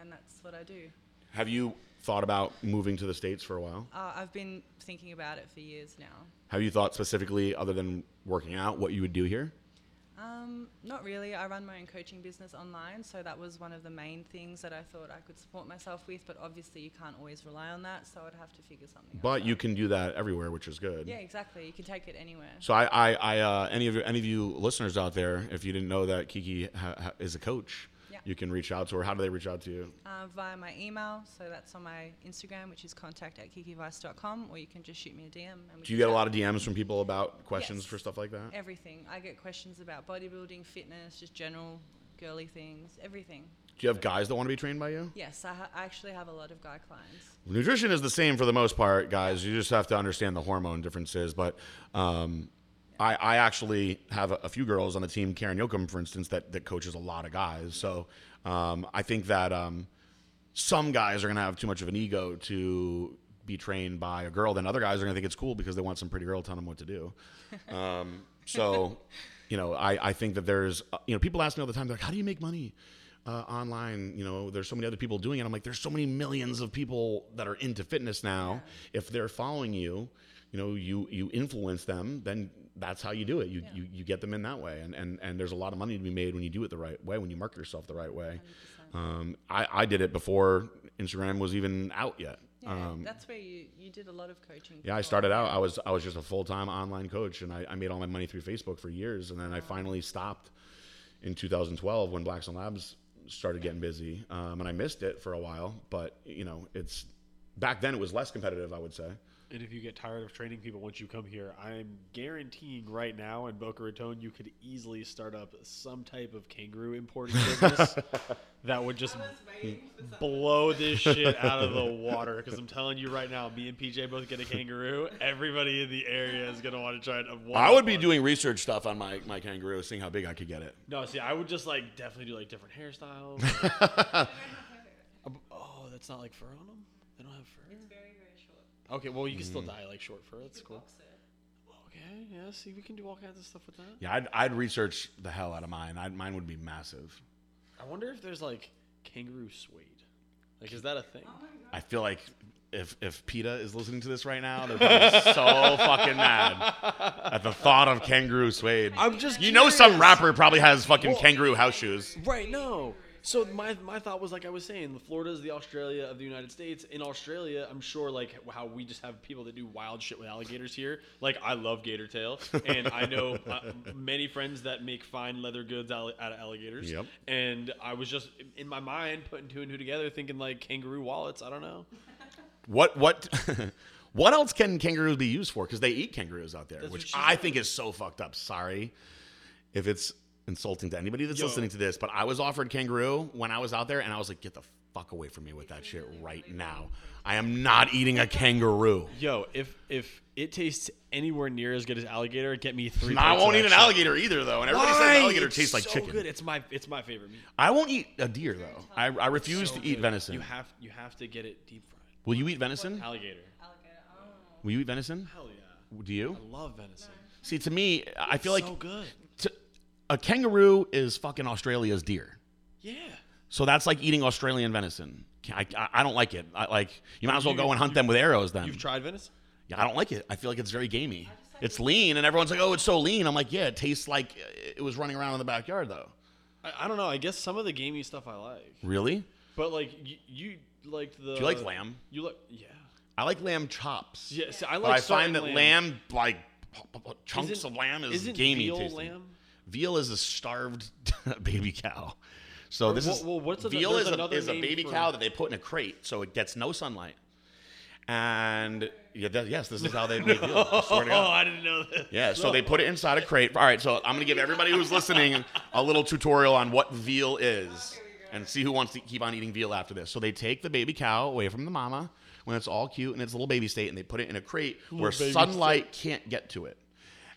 and that's what I do.
Have you thought about moving to the States for a while?
Uh, I've been thinking about it for years now.
Have you thought specifically, other than working out, what you would do here?
Um, not really. I run my own coaching business online, so that was one of the main things that I thought I could support myself with. But obviously, you can't always rely on that, so I'd have to figure something out.
But you can do that everywhere, which is good.
Yeah, exactly. You can take it anywhere.
So I, I, I uh, any of you, any of you listeners out there, if you didn't know that Kiki ha- ha- is a coach,
Yeah.
you can reach out to her. How do they reach out to you?
uh, via my email. So that's on my Instagram, which is contact at kikivice.com, or you can just shoot me a DM. And we
Do you get a lot of DMs from people about questions
Yes.
for stuff like that?
everything? I get questions about bodybuilding, fitness, just general girly things, everything.
Do you have guys that want to be trained by you?
Yes, I, ha- I actually have a lot of guy clients.
Nutrition is the same for the most part, guys. You just have to understand the hormone differences. But um, I, I actually have a, a few girls on the team, Karen Yoakum, for instance, that, that coaches a lot of guys. So um, I think that um, some guys are going to have too much of an ego to be trained by a girl. Then other guys are going to think it's cool because they want some pretty girl telling them what to do. Um, so, you know, I, I think that there's, uh, you know, people ask me all the time, they're like, how do you make money uh, online? You know, there's so many other people doing it. I'm like, there's so many millions of people that are into fitness now. If they're following you, you know, you, you influence them, then that's how you do it. You, you, you get them in that way. And, and, and there's a lot of money to be made when you do it the right way, when you market yourself the right way. Um, I, I did it before Instagram was even out yet.
Yeah,
um,
that's where you, you did a lot of coaching.
yeah, I
before.
started out. I was I was just a full time online coach, and I, I made all my money through Facebook for years, and then I finally stopped in 2012 when Blackstone Labs started getting busy, um, and I missed it for a while. But you know, it's back then it was less competitive, I would say.
And if you get tired of training people once you come here, I'm guaranteeing right now in Boca Raton you could easily start up some type of kangaroo importing business that would just
Hmm.
blow this shit out of the water. Because I'm telling you right now, me and PJ both get a kangaroo. Everybody in the area is gonna want to try it. of one
I would be
one.
doing research stuff on my my kangaroo, seeing how big I could get it.
No, see, I would just like definitely do like different hairstyles. oh, that's not like fur on them. They don't have fur.
Very, very short.
Okay, well you can still dye like short fur. That's cool.
Boxer.
Okay, yeah. See, we can do all kinds of stuff with that.
Yeah, I'd, I'd research the hell out of mine. I'd, mine would be massive.
I wonder if there's like kangaroo suede. Like, is that a thing?
I feel like if if PETA is listening to this right now, they're probably so fucking mad at the thought of kangaroo suede.
I'm just
you know, some rapper probably has fucking kangaroo house shoes.
right. No, So my my thought was like I was saying, Florida is the Australia of the United States. In Australia, I'm sure like how we just have people that do wild shit with alligators here. Like I love gator tail, and I know uh, many friends that make fine leather goods al- out of alligators.
Yep.
And I was just in my mind putting two and two together, thinking like kangaroo wallets. I don't know.
What what what else can kangaroos be used for? Because they eat kangaroos out there,
That's what
which
she
I
said.
think is so fucked up. Sorry if it's insulting to anybody that's
Yo.
listening to this, but I was offered kangaroo when I was out there, and I was like, get the fuck away from me with that shit right now. I am not eating a kangaroo.
Yo, if if it tastes anywhere near as good as alligator, get me three.
And I
plates of
won't
that
eat an
shit.
alligator either, though. And everybody says alligator
It's
tastes like
so
chicken.
Good. It's my it's my favorite meat.
I won't eat a deer though. I, I refuse to eat venison.
You have you have to get it deep fried.
Will you eat venison?
Alligator.
Alligator. Oh.
Will you eat venison?
Hell yeah.
Do you?
I love venison.
See, to me, I feel like
so good.
t- a kangaroo is fucking Australia's deer.
Yeah.
So that's like eating Australian venison. Ca- I, I, I don't like it. I, like you might as well go and hunt them with arrows then.
You've tried venison?
Yeah, I don't like it. I feel like it's very gamey. It's lean, and everyone's like, "Oh, it's so lean." I'm like, "Yeah, it tastes like uh, it was running around in the backyard though."
I, I don't know. I guess some of the gamey stuff I like,
Really?
but like you, you liked the.
Do you like lamb?
You like yeah.
I like lamb chops.
Yeah. See, I
But
like.
I find
certain
that lamb, like chunks
Isn't-
of lamb, is
isn't
gamey.
veal
tasting.
lamb?
Veal is a starved baby cow. So this is
well, well, what's ano-
veal
there's
is a,
another
is a
name
baby
for-
cow that they put in a crate, so it gets no sunlight. And yeah, that, yes, this is how they make veal. I swear
Oh,
to God.
I didn't know that.
Yeah, so they put it inside a crate. All right, so I'm going to give everybody who's listening a little tutorial on what veal is and see who wants to keep on eating veal after this. So they take the baby cow away from the mama when it's all cute in its little baby state and they put it in a crate where
baby
sunlight can't get to it.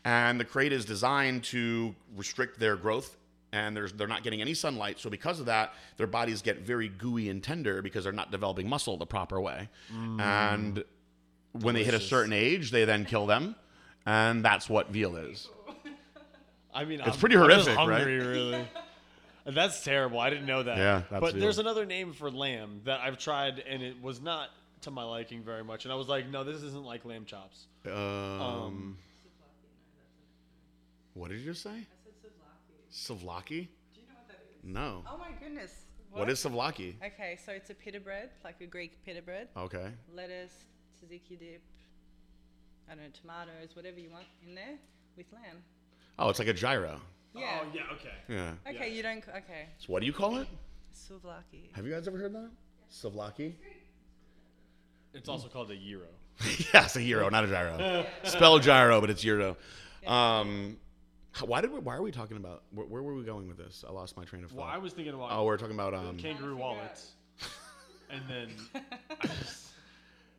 And the crate is designed to restrict their growth and there's, they're not getting any sunlight. So because of that, their bodies get very gooey and tender because they're not developing muscle the proper way. And when they hit a certain age, they then kill them, and that's what veal is.
I mean,
It's
I'm,
pretty
I'm just
horrific, right?
hungry, Really. That's terrible. I didn't know that.
Yeah, that's
but
veal.
there's another name for lamb that I've tried, and it was not to my liking very much. And I was like, no, this isn't like lamb chops.
Um,
Um,
what did you just say?
I said souvlaki.
Savlaki?
Do you know what that is?
No.
Oh my goodness.
What is savlaki?
Okay, so it's a pita bread, like a Greek pita bread.
Okay.
Lettuce, tzatziki dip, I don't know, tomatoes, whatever you want in there with lamb.
Oh, it's like a gyro.
Yeah.
Oh yeah. Okay.
Yeah.
Okay, you don't. c- Okay.
So what do you call it?
Souvlaki.
Have you guys ever heard that? Savlaki?
It's also called a gyro.
yeah, it's a gyro, not a gyro. Spell gyro, but it's gyro. Um, h- why did we, why are we talking about where, where were we going with this? I lost my train of thought.
Well, I was thinking about
oh, we're talking about um,
kangaroo wallets, and then I, just-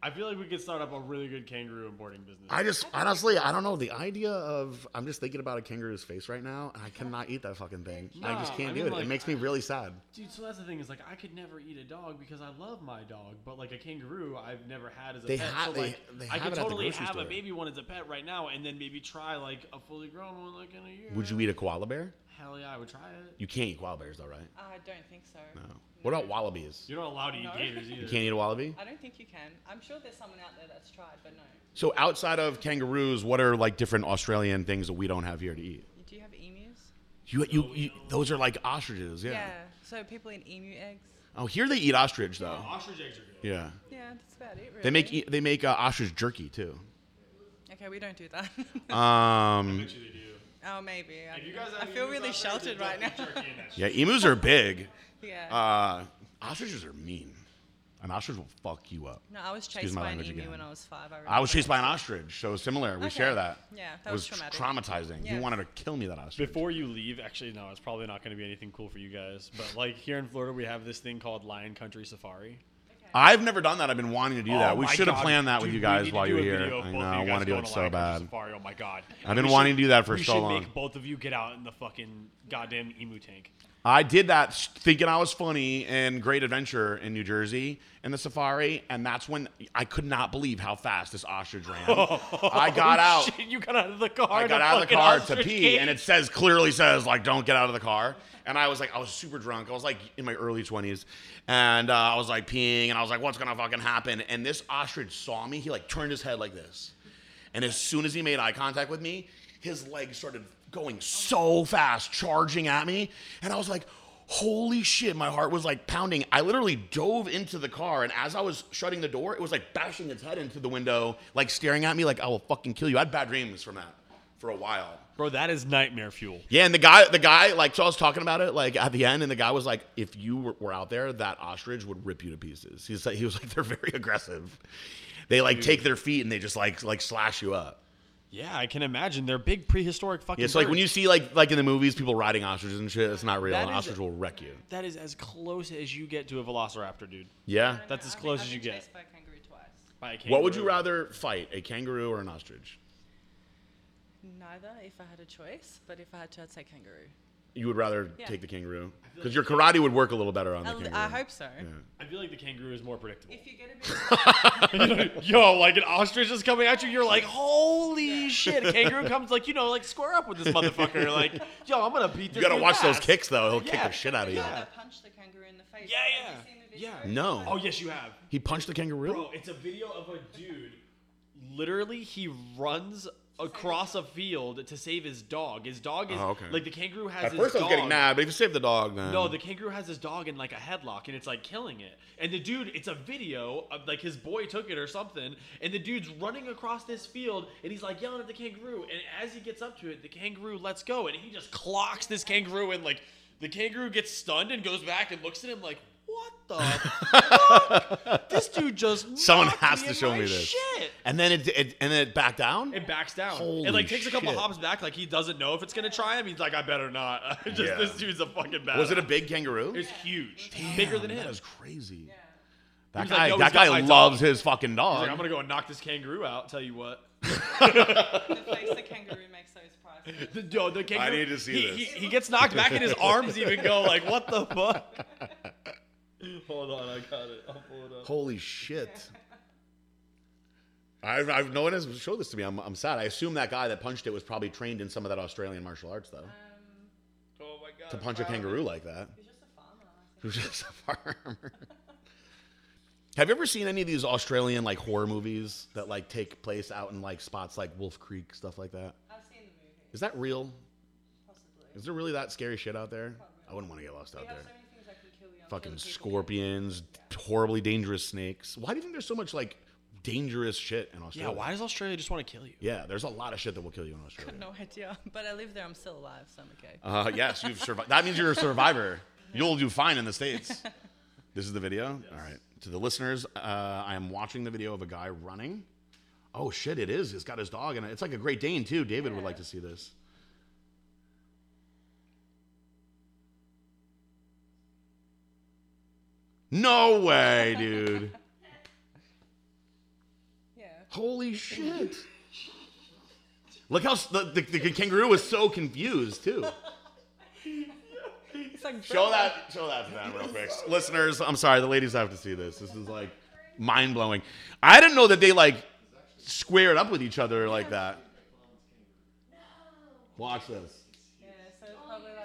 I feel like we could start up a really good kangaroo and boarding business.
I just honestly, I don't know. The idea of I'm just thinking about a kangaroo's face right now, and I cannot eat that fucking thing. I just
No,
can't
I
do
mean,
it. it
like,
makes me really sad.
Dude, so that's the thing is like I could never eat a dog because I love my dog, but like a kangaroo I've never had as a
They
pet.
ha-
so
they-
like
they
I
have it
could
at the
totally
grocery
have a
store.
baby one as a pet right now and then maybe try like a fully grown one like in a year.
Would you eat a koala bear?
Hell yeah, I would try it.
You can't eat koala bears though, right?
Ah, I don't think so.
No. What about wallabies?
You're not allowed to eat
No.
gators either.
You can't eat a wallaby.
I don't think you can. I'm sure there's someone out there that's tried, but no.
So outside of kangaroos, what are like different Australian things that we don't have here to eat?
Do you have emus?
You, you, you those are like ostriches, yeah.
So people eat emu eggs.
Oh, here they eat ostrich though.
Ostrich eggs are good.
Yeah.
Yeah, that's about it. Really.
They make e- they make uh, ostrich jerky too.
Okay, we don't do that.
Um,
Bet you they do.
oh, maybe. I,
If you guys
I
have
feel
emus
really
out there,
sheltered
there's
right now.
definitely jerky in that shit.
yeah, emus are big.
yeah.
Uh, ostriches are mean. An ostrich will fuck you up.
no, I was
excuse
chased
my
by an
language
emu
again.
when I was five. I,
I was
remember.
chased by an ostrich, so similar. We
Okay.
share that.
Yeah, that
It
was
was,
traumatic.
traumatizing.
Yeah.
He wanted to kill me that ostrich.
Before you leave, actually no, it's probably not gonna be anything cool for you guys. But like here in Florida we have this thing called Lion Country Safari.
I've never done that. I've been wanting to do that.
Oh
We
my
should have
God.
planned that with
Dude,
you
we
guys
need to
while
do
you were
a
here.
video of
I know.
both of you
I
guys
want to do
going
it
to
so
Lion Country
bad.
Safari, oh my god!
I've been
We
wanting to do that for
we
so
should
long.
Make both of you get out in the fucking goddamn emu tank.
I did that s- thinking I was funny in Great Adventure in New Jersey in the safari, and that's when I could not believe how fast this ostrich ran. I got
Oh,
out.
Shit, you got out of the car.
I
in
got
a
out of the
fucking
car to
ostrich
pee,
cage.
and it says clearly says like don't get out of the car. And I was like, I was super drunk. I was like in my early twenties, and uh, I was like peeing, and I was like, what's gonna fucking happen? And this ostrich saw me. He like turned his head like this, and as soon as he made eye contact with me, his legs started going so fast, charging at me, and I was like. holy shit, my heart was like pounding. I literally dove into the car, and as I was shutting the door, it was like bashing its head into the window, like staring at me, like I will fucking kill you. I had bad dreams from that for a while.
Bro, that is nightmare fuel.
Yeah, and the guy, the guy, like, so I was talking about it, like, at the end, and the guy was like, "If you were, were out there, that ostrich would rip you to pieces." He's like, he was like, they're very aggressive. They like take their feet and they just like like slash you up.
Yeah, I can imagine. They're big prehistoric fucking.
Yeah, so like when you see like like in the movies, people riding ostriches and shit, it's not real.
That
An
is-
ostrich will wreck you.
That is as close as you get to a velociraptor, dude.
Yeah.
I don't
That's
know,
as
I've been-
close
I've
as you
been
get.
chased by a kangaroo twice.
By a
What would you
kangaroo.
rather fight, a kangaroo or an ostrich?
Neither, if I had a choice, but if I had to, I'd say kangaroo.
You would rather
Yeah.
take the kangaroo because your karate would work a little better on the
I,
kangaroo.
uh,
I hope so.
I feel like the kangaroo is more predictable.
If you get a bit,
Yo, like an ostrich is coming at you, you're like, holy shit! A kangaroo comes like, you know, like square up with this motherfucker. Like, yo, I'm gonna beat this.
You gotta
dude's
watch those
ass.
kicks though; he'll kick
Yeah.
the shit out of you.
yeah. that punched the kangaroo in the face.
Yeah,
Have
yeah,
you seen the
yeah.
video?
No.
Oh yes, you have.
He punched the kangaroo.
Bro, it's a video of a dude. Literally, he runs across a field to save his dog. His dog is
Oh, okay.
like the kangaroo has
At
his
first, I
dog.
was getting mad, but if you save the dog, then
No, the kangaroo has his dog in like a headlock and it's like killing it. And the dude, it's a video of like his boy took it or something. And the dude's running across this field and he's like yelling at the kangaroo. And as he gets up to it, the kangaroo lets go and he just clocks this kangaroo. And like the kangaroo gets stunned and goes back and looks at him like, what the fuck? This dude just.
someone
knocked
has
me
to
in
show
my
me this.
Shit.
And then it, it and then it backed down.
It backs down.
Holy
it like takes a couple
shit.
hops back, like he doesn't know if it's gonna try him. He's like, I better not. just
Yeah.
this dude's a fucking badass.
was it a big kangaroo?
It's huge, bigger than
Damn,
him.
That is crazy.
Yeah.
That
was like,
guy,
"Yo,
that
he's got
guy
my
loves
dog."
his fucking
He's
dog.
like, I'm gonna go and knock this kangaroo out. Tell you what,
The face the kangaroo makes those prices.
the, yo, the kangaroo.
need to see
he,
this.
He, he gets knocked back, and his arms even go like, "What the fuck?"
Hold on, I got it. I'll pull it up.
Holy shit. I've, I've no one has showed this to me. I'm, I'm sad. I assume that guy that punched it was probably trained in some of that Australian martial arts though.
Um,
Oh my god.
to punch a kangaroo like that.
he's just a farmer. I think.
Who's just a farmer. Have you ever seen any of these Australian like horror movies that like take place out in like spots like Wolf Creek stuff like that?
I've seen the movie,
Is that real?
possibly.
Is there really that scary shit out there? I wouldn't want to get lost
We
out
have
there.
so many things that can kill you. I'm sure
Fucking
the people
scorpions, horribly dangerous snakes. Why do you think there's so much like dangerous shit in
Yeah,
Australia?
why does Australia just want to kill you?
Yeah, there's a lot of shit that will kill you in
have
Australia.
No idea, but I live there. I'm still alive, so I'm okay.
Uh, yes, you've survived. That means you're a survivor. You'll do fine in the States. This is the video? All right. To the listeners, uh, I am watching the video of a guy running. Oh, shit, it is. He's got his dog, and it's like a Great Dane, too. David would like to see this. No way, dude.
Yeah.
Holy shit. Look how s- the, the, the kangaroo was so confused, too.
It's like
Show that, show that to them real quick, listeners. I'm sorry, the ladies have to see this. This is like mind blowing. I didn't know that they like squared up with each other like that. Watch this.
Yeah, so it's probably like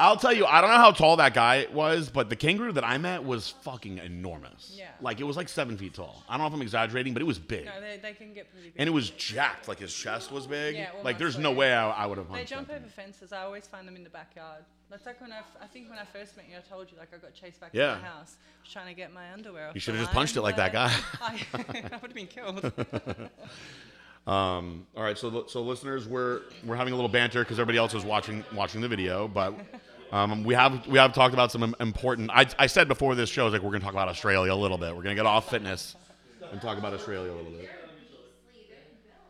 I'll tell you, I don't know how tall that guy was, but the kangaroo that I met was fucking enormous.
Yeah.
Like it was like seven feet tall. I don't know if I'm exaggerating, but it was big.
no, they, they can get pretty big.
And it was jacked. Like his chest was big.
Yeah, well,
like there's no
mostly.
way I, I would have
They
hunched.
jump
that
over
thing.
fences. I always find them in the backyard. That's like when I, f- I think when I first met you, I told you like I got chased back
Yeah.
to my house, I was trying to get my underwear. Off
You
the
should've just
line,
punched it like that
but
guy.
I, I would have been killed.
Um, all right, so li- so listeners, we're we're having a little banter because everybody else is watching watching the video, but um, we have we have talked about some im- important. I, I said before this show is like we're gonna talk about Australia a little bit. We're gonna get off fitness and talk about Australia a little bit.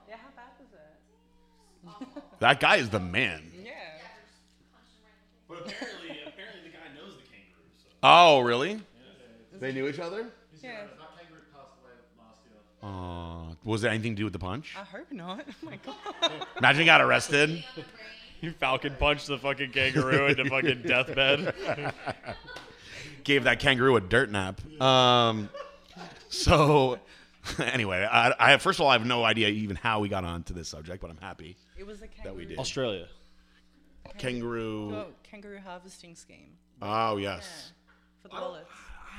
yeah, how bad was it?
That guy is the man.
Yeah.
But apparently, apparently the guy knows the kangaroo. So.
Oh, really? They knew each other.
Yeah.
Uh, was there anything to do with the punch?
I hope not. Oh my god.
Imagine he got arrested.
You falcon punched the fucking kangaroo into fucking deathbed.
gave that kangaroo a dirt nap. Um, so anyway, I, I first of all I have no idea even how we got onto this subject, but I'm happy.
It was a kangaroo.
That we did.
Australia.
Kangaroo.
well, kangaroo harvesting scheme
Oh yes.
for the wallets.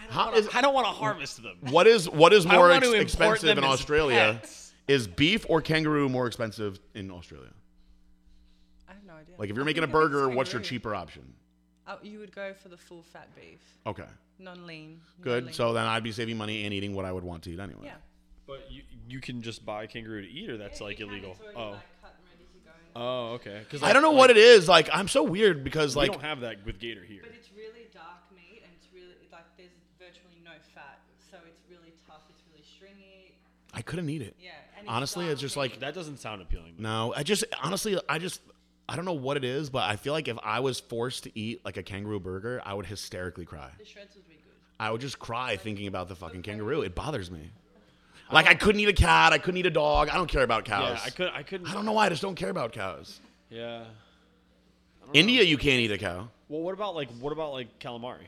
How is,
I don't want to harvest them.
what is what is
I
more
want to
ex-
import
expensive
them
in
as
Australia?
pets.
Is beef or kangaroo more expensive in Australia?
I have no idea.
Like if
I
you're making a
think I think it's
burger, what's your
kangaroo.
cheaper option?
Uh, you would go for the full fat beef,
Okay.
non-lean.
Good.
non-lean.
So then I'd be saving money and eating what I would want to eat anyway.
yeah.
But you you can just buy kangaroo to eat, or that's
Yeah,
like
you can,
illegal.
it's already,
Oh.
like, cut and ready to go.
Oh, okay. Because
I don't know what it is. Like I'm so weird because
We
like
don't have that with gator here.
But it's really dark meat, and it's really like there's virtually no fat, so it's really tough. It's really stringy.
I couldn't eat it.
Yeah. And
Honestly,
dark
it's just
meat.
like
That doesn't sound appealing.
no. I just honestly I just I don't know what it is, but I feel like if I was forced to eat like a kangaroo burger, I would hysterically cry.
the shreds would be good.
I would just cry thinking about the fucking kangaroo. It bothers me. Like I couldn't eat a cat. I couldn't eat a dog. I don't care about cows.
Yeah, I could. I couldn't.
I don't know why. I just don't care about cows.
Yeah.
India, you can't eat a cow.
Well, what about like what about like calamari?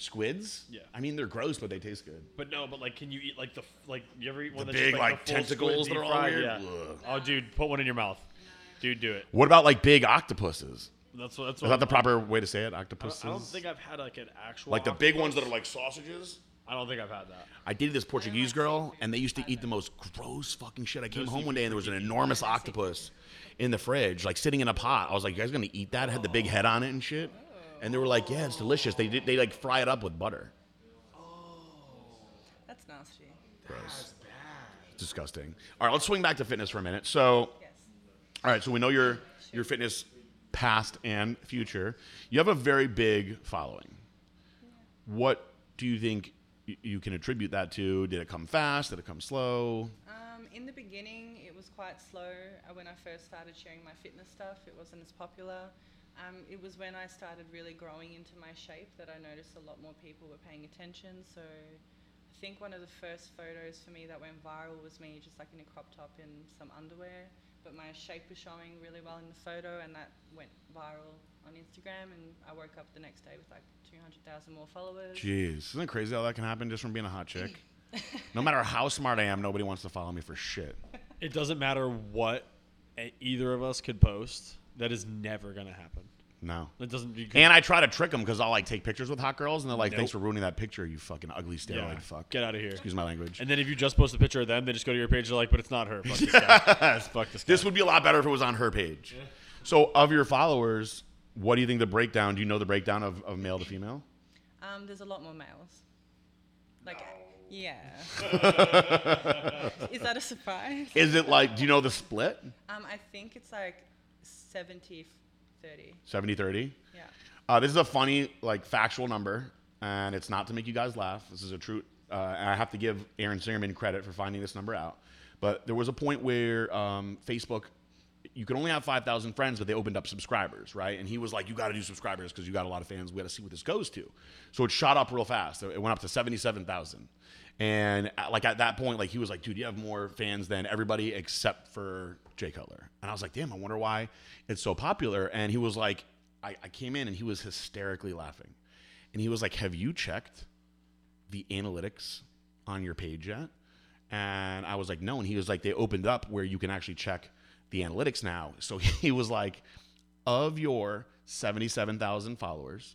Squids?
Yeah.
I mean, they're gross, but they taste good.
But no, but like, can you eat like the f- like you ever eat one
The
that's
big,
just,
like,
the full squid
tentacles that are all
deep-fried?
weird?
Yeah.
Ugh.
Oh, dude, put one in your mouth. Dude, do it.
What about like big octopuses?
That's what. That's
Is
what.
that the
I'm-
proper way to say it?
I don't,
Octopuses?
I don't think I've had like an actual.
like the big ones that are
octopus.
like sausages.
I don't think I've had that.
I dated this Portuguese girl, and they used to eat the most gross fucking shit. I came home one day, and there was an enormous octopus in the fridge, like sitting in a pot. I was like, "You guys gonna eat that?" It had the big head on it and shit. And they were like, "Yeah, it's delicious." They did, they like fry it up with butter.
That's nasty.
Gross. It's disgusting. All right, let's swing back to fitness for a minute. So,
Yes.
All right, so we know your your fitness past and future. You have a very big following. What do you think y- you can attribute that to? Did it come fast? Did it come slow?
Um, in the beginning, it was quite slow. Uh, When I first started sharing my fitness stuff, it wasn't as popular. Um, it was when I started really growing into my shape that I noticed a lot more people were paying attention. So I think one of the first photos for me that went viral was me just like in a crop top and some underwear. But my shape was showing really well in the photo, and that went viral on Instagram. And I woke up the next day with like 200,000 more followers.
Jeez, isn't it crazy how that can happen just from being a hot chick? No matter how smart I am, nobody wants to follow me for shit.
It doesn't matter what e- either of us could post. That is never gonna happen.
No.
That doesn't. You
And I try to trick them because I'll like take pictures with hot girls, and they're like, "Thanks for
Nope.
ruining that picture, you fucking ugly steroid
yeah,
fuck."
Get out of here.
Excuse my language.
And then if you just post a picture of them, they just go to your page. They're like, but it's not her. Fuck this guy. Fuck this guy.
This would be a lot better if it was on her page. So, of your followers, what do you think the breakdown? Do you know the breakdown of, of male to female?
Um, there's a lot more males. Like, yeah. Is that a surprise?
Is it like, do you know the split?
Um, I think it's like 70 30.
70 30?
Yeah.
Uh, this is a funny, like, factual number, and it's not to make you guys laugh. This is a true. Uh, and I have to give Aaron Singerman credit for finding this number out. But there was a point where um, Facebook, you could only have 5,000 friends, but they opened up subscribers, right? And he was like, you got to do subscribers because you got a lot of fans. We got to see what this goes to. So it shot up real fast. It went up to 77,000. And uh, like at that point, like he was like, dude, you have more fans than everybody except for Jay Cutler. And I was like, damn, I wonder why it's so popular. And he was like, I, I came in and he was hysterically laughing. And he was like, Have you checked the analytics on your page yet? And I was like, No. And he was like, They opened up where you can actually check the analytics now. So he was like, Of your 77,000 followers,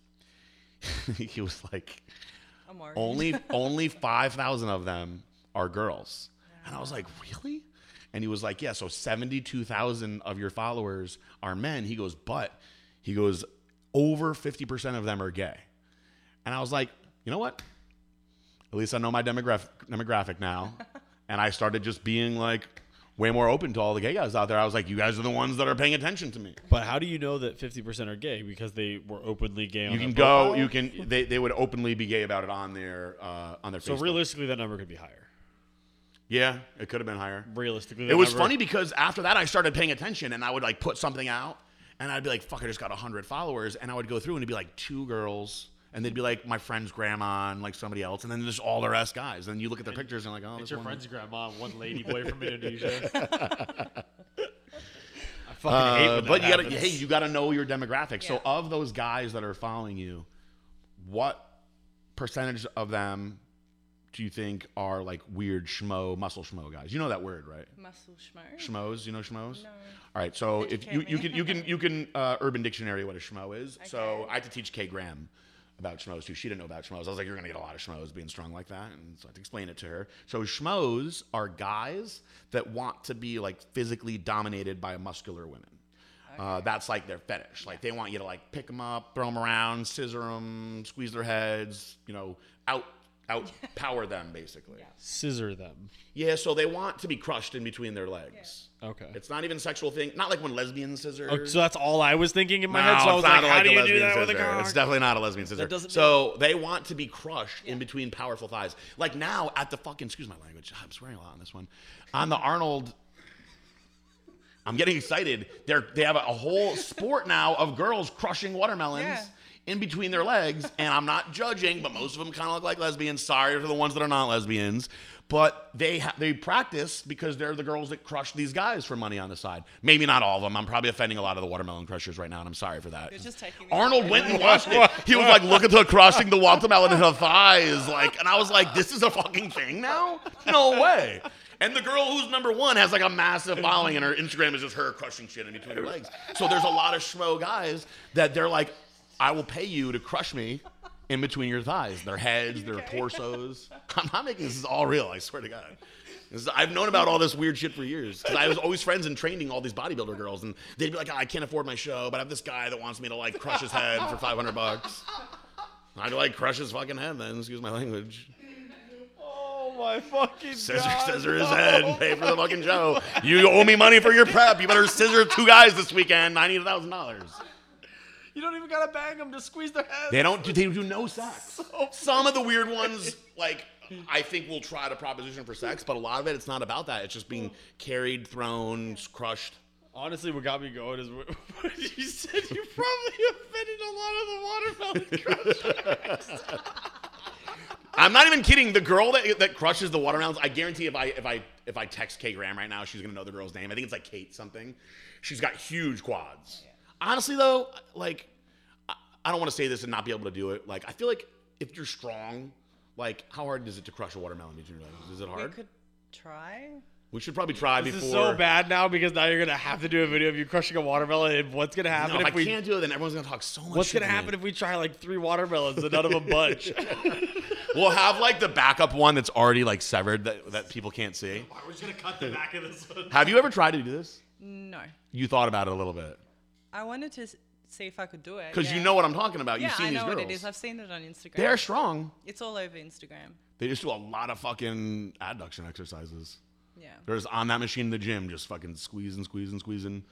he was like,
I'm worried.
only only 5000 of them are girls and i was like really and he was like yeah so 72000 of your followers are men he goes but he goes over 50% of them are gay and i was like you know what at least i know my demographic demographic now and i started just being like way more open to all the gay guys out there i was like you guys are the ones that are paying attention to me
But how do you know that 50% are gay? Because they were openly gay on
you
their
can go
profile?
you can they, they would openly be gay about it on their uh on their
So
Facebook.
realistically, that number could be higher.
yeah it could have been higher
Realistically,
It was funny because after that, I started paying attention and I would like put something out and I'd be like, fuck, I just got 100 followers. And I would go through and it'd be like two girls and they'd be like my friend's grandma and like somebody else. And then just all the rest guys. And you look at their pictures and like, oh,
It's
this
your
one-
friend's grandma, and one lady boy from Indonesia. I fucking hate
Uh,
when that
but you gotta,
happens.
hey, you gotta know your demographic. So
Yeah.
of those guys that are following you, what percentage of them do you think are like weird schmo, muscle schmo guys? You know that word, right?
Muscle schmo.
Schmoes, you know schmoes.
No.
All right, so if you,
Educate
you
me.
can you can you can uh, Urban Dictionary what a schmo is. So
Okay.
I had to teach Kay Graham about schmoes too. She didn't know about schmoes. I was like, you're gonna get a lot of schmoes being strong like that, and so I had to explain it to her. So schmoes are guys that want to be like physically dominated by muscular women. Uh, that's like their fetish. Like they want you to like pick them up, throw them around, scissor them, squeeze their heads. You know, out outpower them basically.
Yeah.
Scissor them.
Yeah, so they want to be crushed in between their legs.
Okay.
It's not even a sexual thing. Not like when lesbians scissor.
Oh, so that's all I was thinking in my
No,
head. So I
it's
was
not
like, how
a
do you do
lesbian
that with a
scissor.
cock?
It's definitely not a lesbian scissor.
doesn't
so they want to be crushed in between powerful thighs. Like now at the fucking excuse my language. I'm swearing a lot on this one. On the Arnold I'm getting excited. They're they have a whole sport now of girls crushing watermelons.
Yeah.
In between their legs, and I'm not judging, but most of them kind of look like lesbians. Sorry for the ones that are not lesbians, but they ha- they practice because they're the girls that crush these guys for money on the side. Maybe not all of them. I'm probably offending a lot of the watermelon crushers right now, and I'm sorry for that.
You're just taking the-
Arnold went and watched it. He was like looking to crossing the watermelon in her thighs, like, and I was like, "This is a fucking thing now? No way!" And the girl who's number one has like a massive following, and her Instagram is just her crushing shit in between her legs. So there's a lot of schmo guys that they're like, "I will pay you to crush me." In between your thighs, their heads, their torsos. I'm not making this is all real. I swear to God. This is- I've known about all this weird shit for years 'cause I was always friends and training all these bodybuilder girls, and they'd be like, "Oh, "I can't afford my show, but I have this guy that wants me to like crush his head for 500 bucks." I'd like crush his fucking head, then excuse my language.
Oh my fucking
Scissor, scissor his head, and pay for the fucking show. You owe me money for your prep. You better scissor two guys this weekend. I need a thousand dollars.
You don't even gotta bang them to squeeze their head.
They don't. Do, they do no sex. Some of the weird ones, like I think, will try to proposition for sex, but a lot of it, it's not about that. It's just being carried, thrown, crushed.
Honestly, what got me going is what, what you said. You probably offended a lot of the watermelon crushers.
I'm not even kidding. The girl that that crushes the watermelons, I guarantee if I if I if I text Kate Graham right now, she's gonna know the girl's name. I think it's like Kate something. She's got huge quads. Honestly though, like I, I don't want to say this and not be able to do it. Like I feel like if you're strong, like how hard is it to crush a watermelon between your legs? Is it
We
hard? We,
could try.
should probably try
This
before.
is so bad now because now you're gonna have to do a video of you crushing a watermelon. And what's gonna
No,
happen
if,
if,
I
we?
can't do it, then everyone's gonna talk so much.
What's
shit
gonna
to me.
happen if we try like three watermelons and none of them budge?
we'll have like the backup one that's already like severed that, that people can't see?
We're just gonna cut the back of this one.
Have you ever tried to do this?
No,
You thought about it a little bit.
I wanted to s- see if I could do it.
Because
yeah.
you know what I'm talking about. You've
Yeah,
seen
I
these
know
girls.
what it is. I've seen it on Instagram.
They're strong.
it's all over Instagram.
They just do a lot of fucking adduction exercises.
Yeah.
They're just on that machine in the gym, just fucking squeezing, squeezing, squeezing.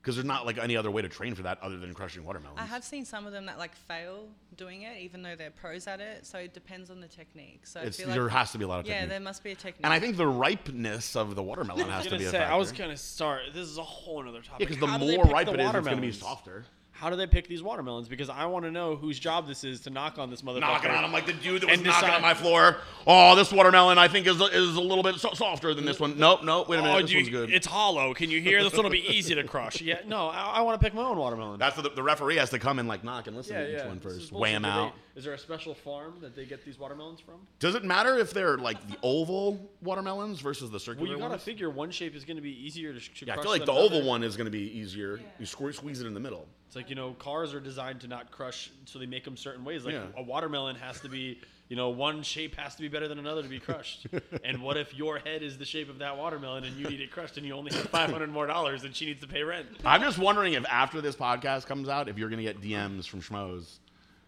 Because there's not like any other way to train for that other than crushing watermelons.
I have seen some of them that like fail doing it, even though they're pros at it. So it depends on the technique. So
It's,
I feel like
there has to be a lot of
yeah,
technique.
there must be a technique.
and I think the ripeness of the watermelon
I
has
was
to
gonna
be a
say
factor.
I was gonna start. This is a whole other topic.
because
How
the
do they
more
pick
ripe
the
it is, it's gonna be
watermelons?
softer.
How do they pick these watermelons? Because I want to know whose job this is to knock on this motherfucker.
Knocking on them like the dude that was
And
knocking
decide-
on my floor. Oh, this watermelon I think is is a little bit so- softer than this one. Nope, nope. Wait a minute,
Oh,
this
dude,
one's good.
it's hollow. Can you hear? This one will be easy to crush. Yeah, no, I, I want to pick my own watermelon.
That's what the, the referee has to come and like knock and listen to each one
this is
first.
bullshit.
Weigh 'em
Do they-
out.
is there a special farm that they get these watermelons from?
Does it matter if they're like the oval watermelons versus the circular
Well, you gotta
ones?
figure one shape is gonna be easier to sh- to
yeah, I
crush
feel like
than
the oval
another.
one is going to be easier. You squeeze, squeeze it in the middle.
It's like you know, cars are designed to not crush, so they make them certain ways. Like
Yeah.
a watermelon has to be, you know, one shape has to be better than another to be crushed. and what if your head is the shape of that watermelon and you need it crushed, and you only have five hundred more dollars, and she needs to pay rent?
I'm just wondering if after this podcast comes out, if you're going to get DMs from schmoes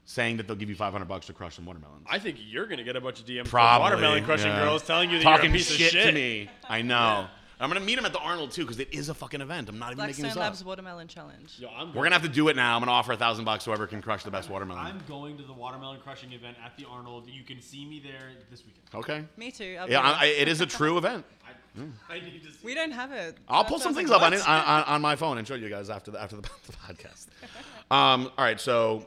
saying that they'll give you 500 bucks to crush some watermelons.
I think you're gonna get a bunch of DMs from
Probably,
watermelon crushing
yeah.
girls telling you that
Talking
you're a piece
shit,
of shit
to me. I know. I'm going to meet him at the Arnold too because it is a fucking event. I'm not even making
Blackstone
this
Labs
up.
Watermelon Challenge.
Yo, I'm
We're going to have to do it now. I'm going to offer a thousand bucks to whoever can crush the best watermelon.
I'm going to the watermelon crushing event at the Arnold. You can see me there this weekend.
okay.
Me too. I'll
Yeah,
be
I, I-
there.
it is a true event. Mm.
I, I need to see.
we don't have it.
I'll
That
pull some
sounds
things
like
up on,
what?
it, on, on on my phone and show you guys after the after the, the podcast. Um, all right, so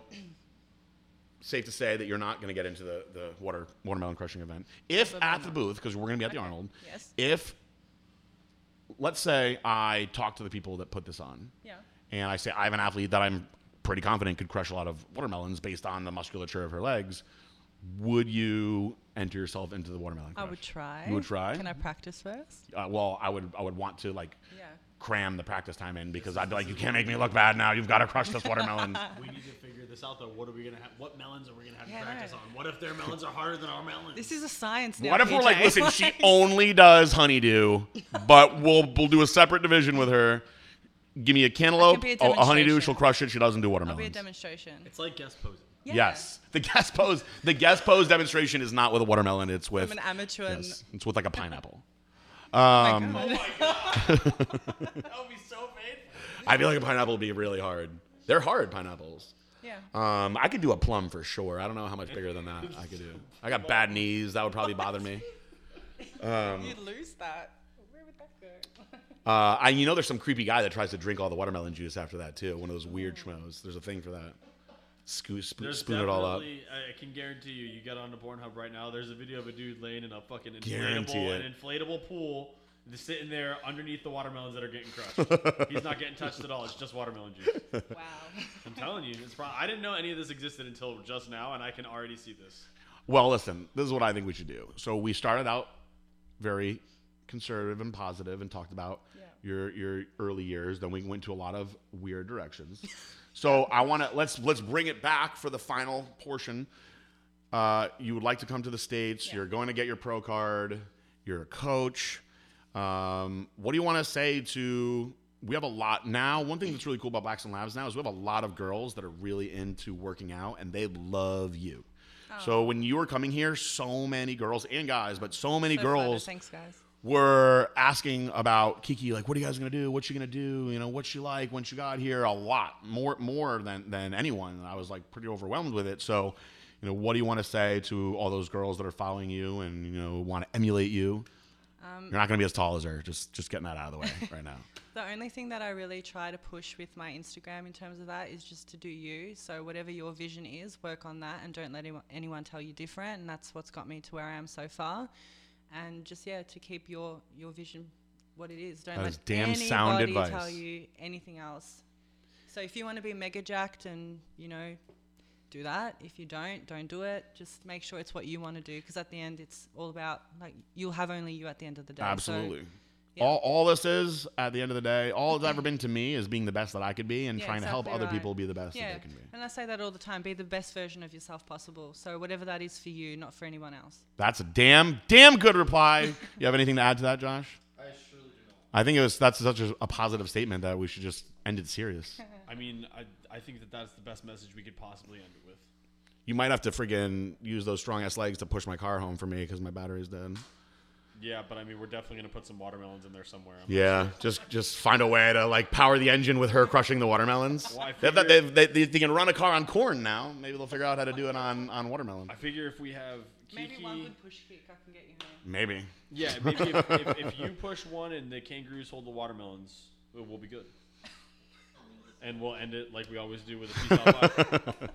safe to say that you're not going to get into the, the water watermelon crushing event if at the booth because we're going to be at the Arnold.
Yes.
If let's say I talk to the people that put this on,
Yeah.
and I say I have an athlete that I'm pretty confident could crush a lot of watermelons based on the musculature of her legs. Would you enter yourself into the watermelon?
I
Crush?
would try.
You would try.
Can I practice first?
Uh, well, I would. I would want to like
Yeah.
cram the practice time in because I'd be like, you can't make me look bad now. You've got to crush this watermelon.
We need to figure this out though. What are we gonna have? What melons are we gonna have
Yeah, I
to practice
know.
on? What if their melons are harder than our melons?
This is a science now.
what if we're like,
PJ?
listen, she only does honeydew, but we'll we'll do a separate division with her. give me a cantaloupe,
be
a,
a
a honeydew,
demonstration.
she'll crush it. She doesn't do
It'll be a
watermelons.
demonstration.
It's like guest posing.
Yeah.
Yes, the gas pose. The gas pose demonstration is not with a watermelon. It's with
I'm an amateur. and-
yes, Um, it's with like a pineapple.
oh my God.
That would be so painful.
I feel like a pineapple would be really hard. They're hard pineapples.
yeah.
Um, I could do a plum for sure. I don't know how much bigger than that I could do. I got bad knees. That would probably bother me. Um,
You'd lose that. Where would that go?
Uh, I, you know, there's some creepy guy that tries to drink all the watermelon juice after that too. One of those weird schmoes. There's a thing for that. Scoo- sp-
There's
spoon it all up.
definitely- I I can guarantee you, you get onto Pornhub right now. There's a video of a dude laying in a fucking inflatable,
Guarantee it.
an inflatable pool, just sitting there underneath the watermelons that are getting crushed. He's not getting touched at all. It's just watermelon juice.
wow.
I'm telling you, it's probably. I didn't know any of this existed until just now, and I can already see this.
Well, listen, this is what I think we should do. So we started out very conservative and positive and talked about
Yeah.
your your early years. Then we went to a lot of weird directions. so I want to let's let's bring it back for the final portion. Uh, you would like to come to the states. You're going to get your pro card. You're a coach. Um, what do you want to say to? We have a lot now. One thing that's really cool about Blacks and Labs now is we have a lot of girls that are really into working out, and they love you.
Oh.
So when you were coming here, so many girls and guys, but so many
So fun.
girls
Thanks, guys.
were asking about Kiki, like, what are you guys gonna do? What's she gonna do? You know, what's she like when she got here? A lot more, more than than anyone. And I was like pretty overwhelmed with it. So, you know, what do you want to say to all those girls that are following you and you know want to emulate you?
Um,
You're not gonna be as tall as her. Just just getting that out of the way right now.
The only thing that I really try to push with my Instagram in terms of that is just to do you. So whatever your vision is, work on that and don't let anyone- anyone tell you different. And that's what's got me to where I am so far. And just yeah, to keep your your vision what it is. Don't
That
let
is damn
anybody
sound
tell
advice.
you anything else. So if you want to be mega jacked and you know do that. If you don't, don't do it. Just make sure it's what you want to do because at the end it's all about like you'll have only you at the end of the day. So
Absolutely.
yeah.
All, all this is at the end of the day, all it's ever been to me is being the best that I could be and
Yeah,
trying to help
exactly
other
right.
people be the best that
Yeah,
they can be.
and I say that all the time. Be the best version of yourself possible. So whatever that is for you, not for anyone else.
That's a damn, damn good reply. you have anything to add to that, Josh? I surely do not. I think it was that's such a, a positive statement that we should just end it serious.
I mean, I, I think that that's the best message we could possibly end it with.
you might have to friggin' use those strong ass legs to push my car home for me because my battery's dead.
Yeah, but I mean, we're definitely gonna put some watermelons in there somewhere. I'm-
Yeah, just just find a way to like power the engine with her crushing the watermelons.
Well, I
they, have that-
figured-
they- they- they can run a car on corn now. Maybe they'll figure out how to do it on on watermelon.
I figure if we have Kiki,
Maybe one would push kick. I can get you home.
Maybe.
yeah, maybe if, if, if you push one and the kangaroos hold the watermelons, we'll be good. And we'll end it like we always do with a peace out.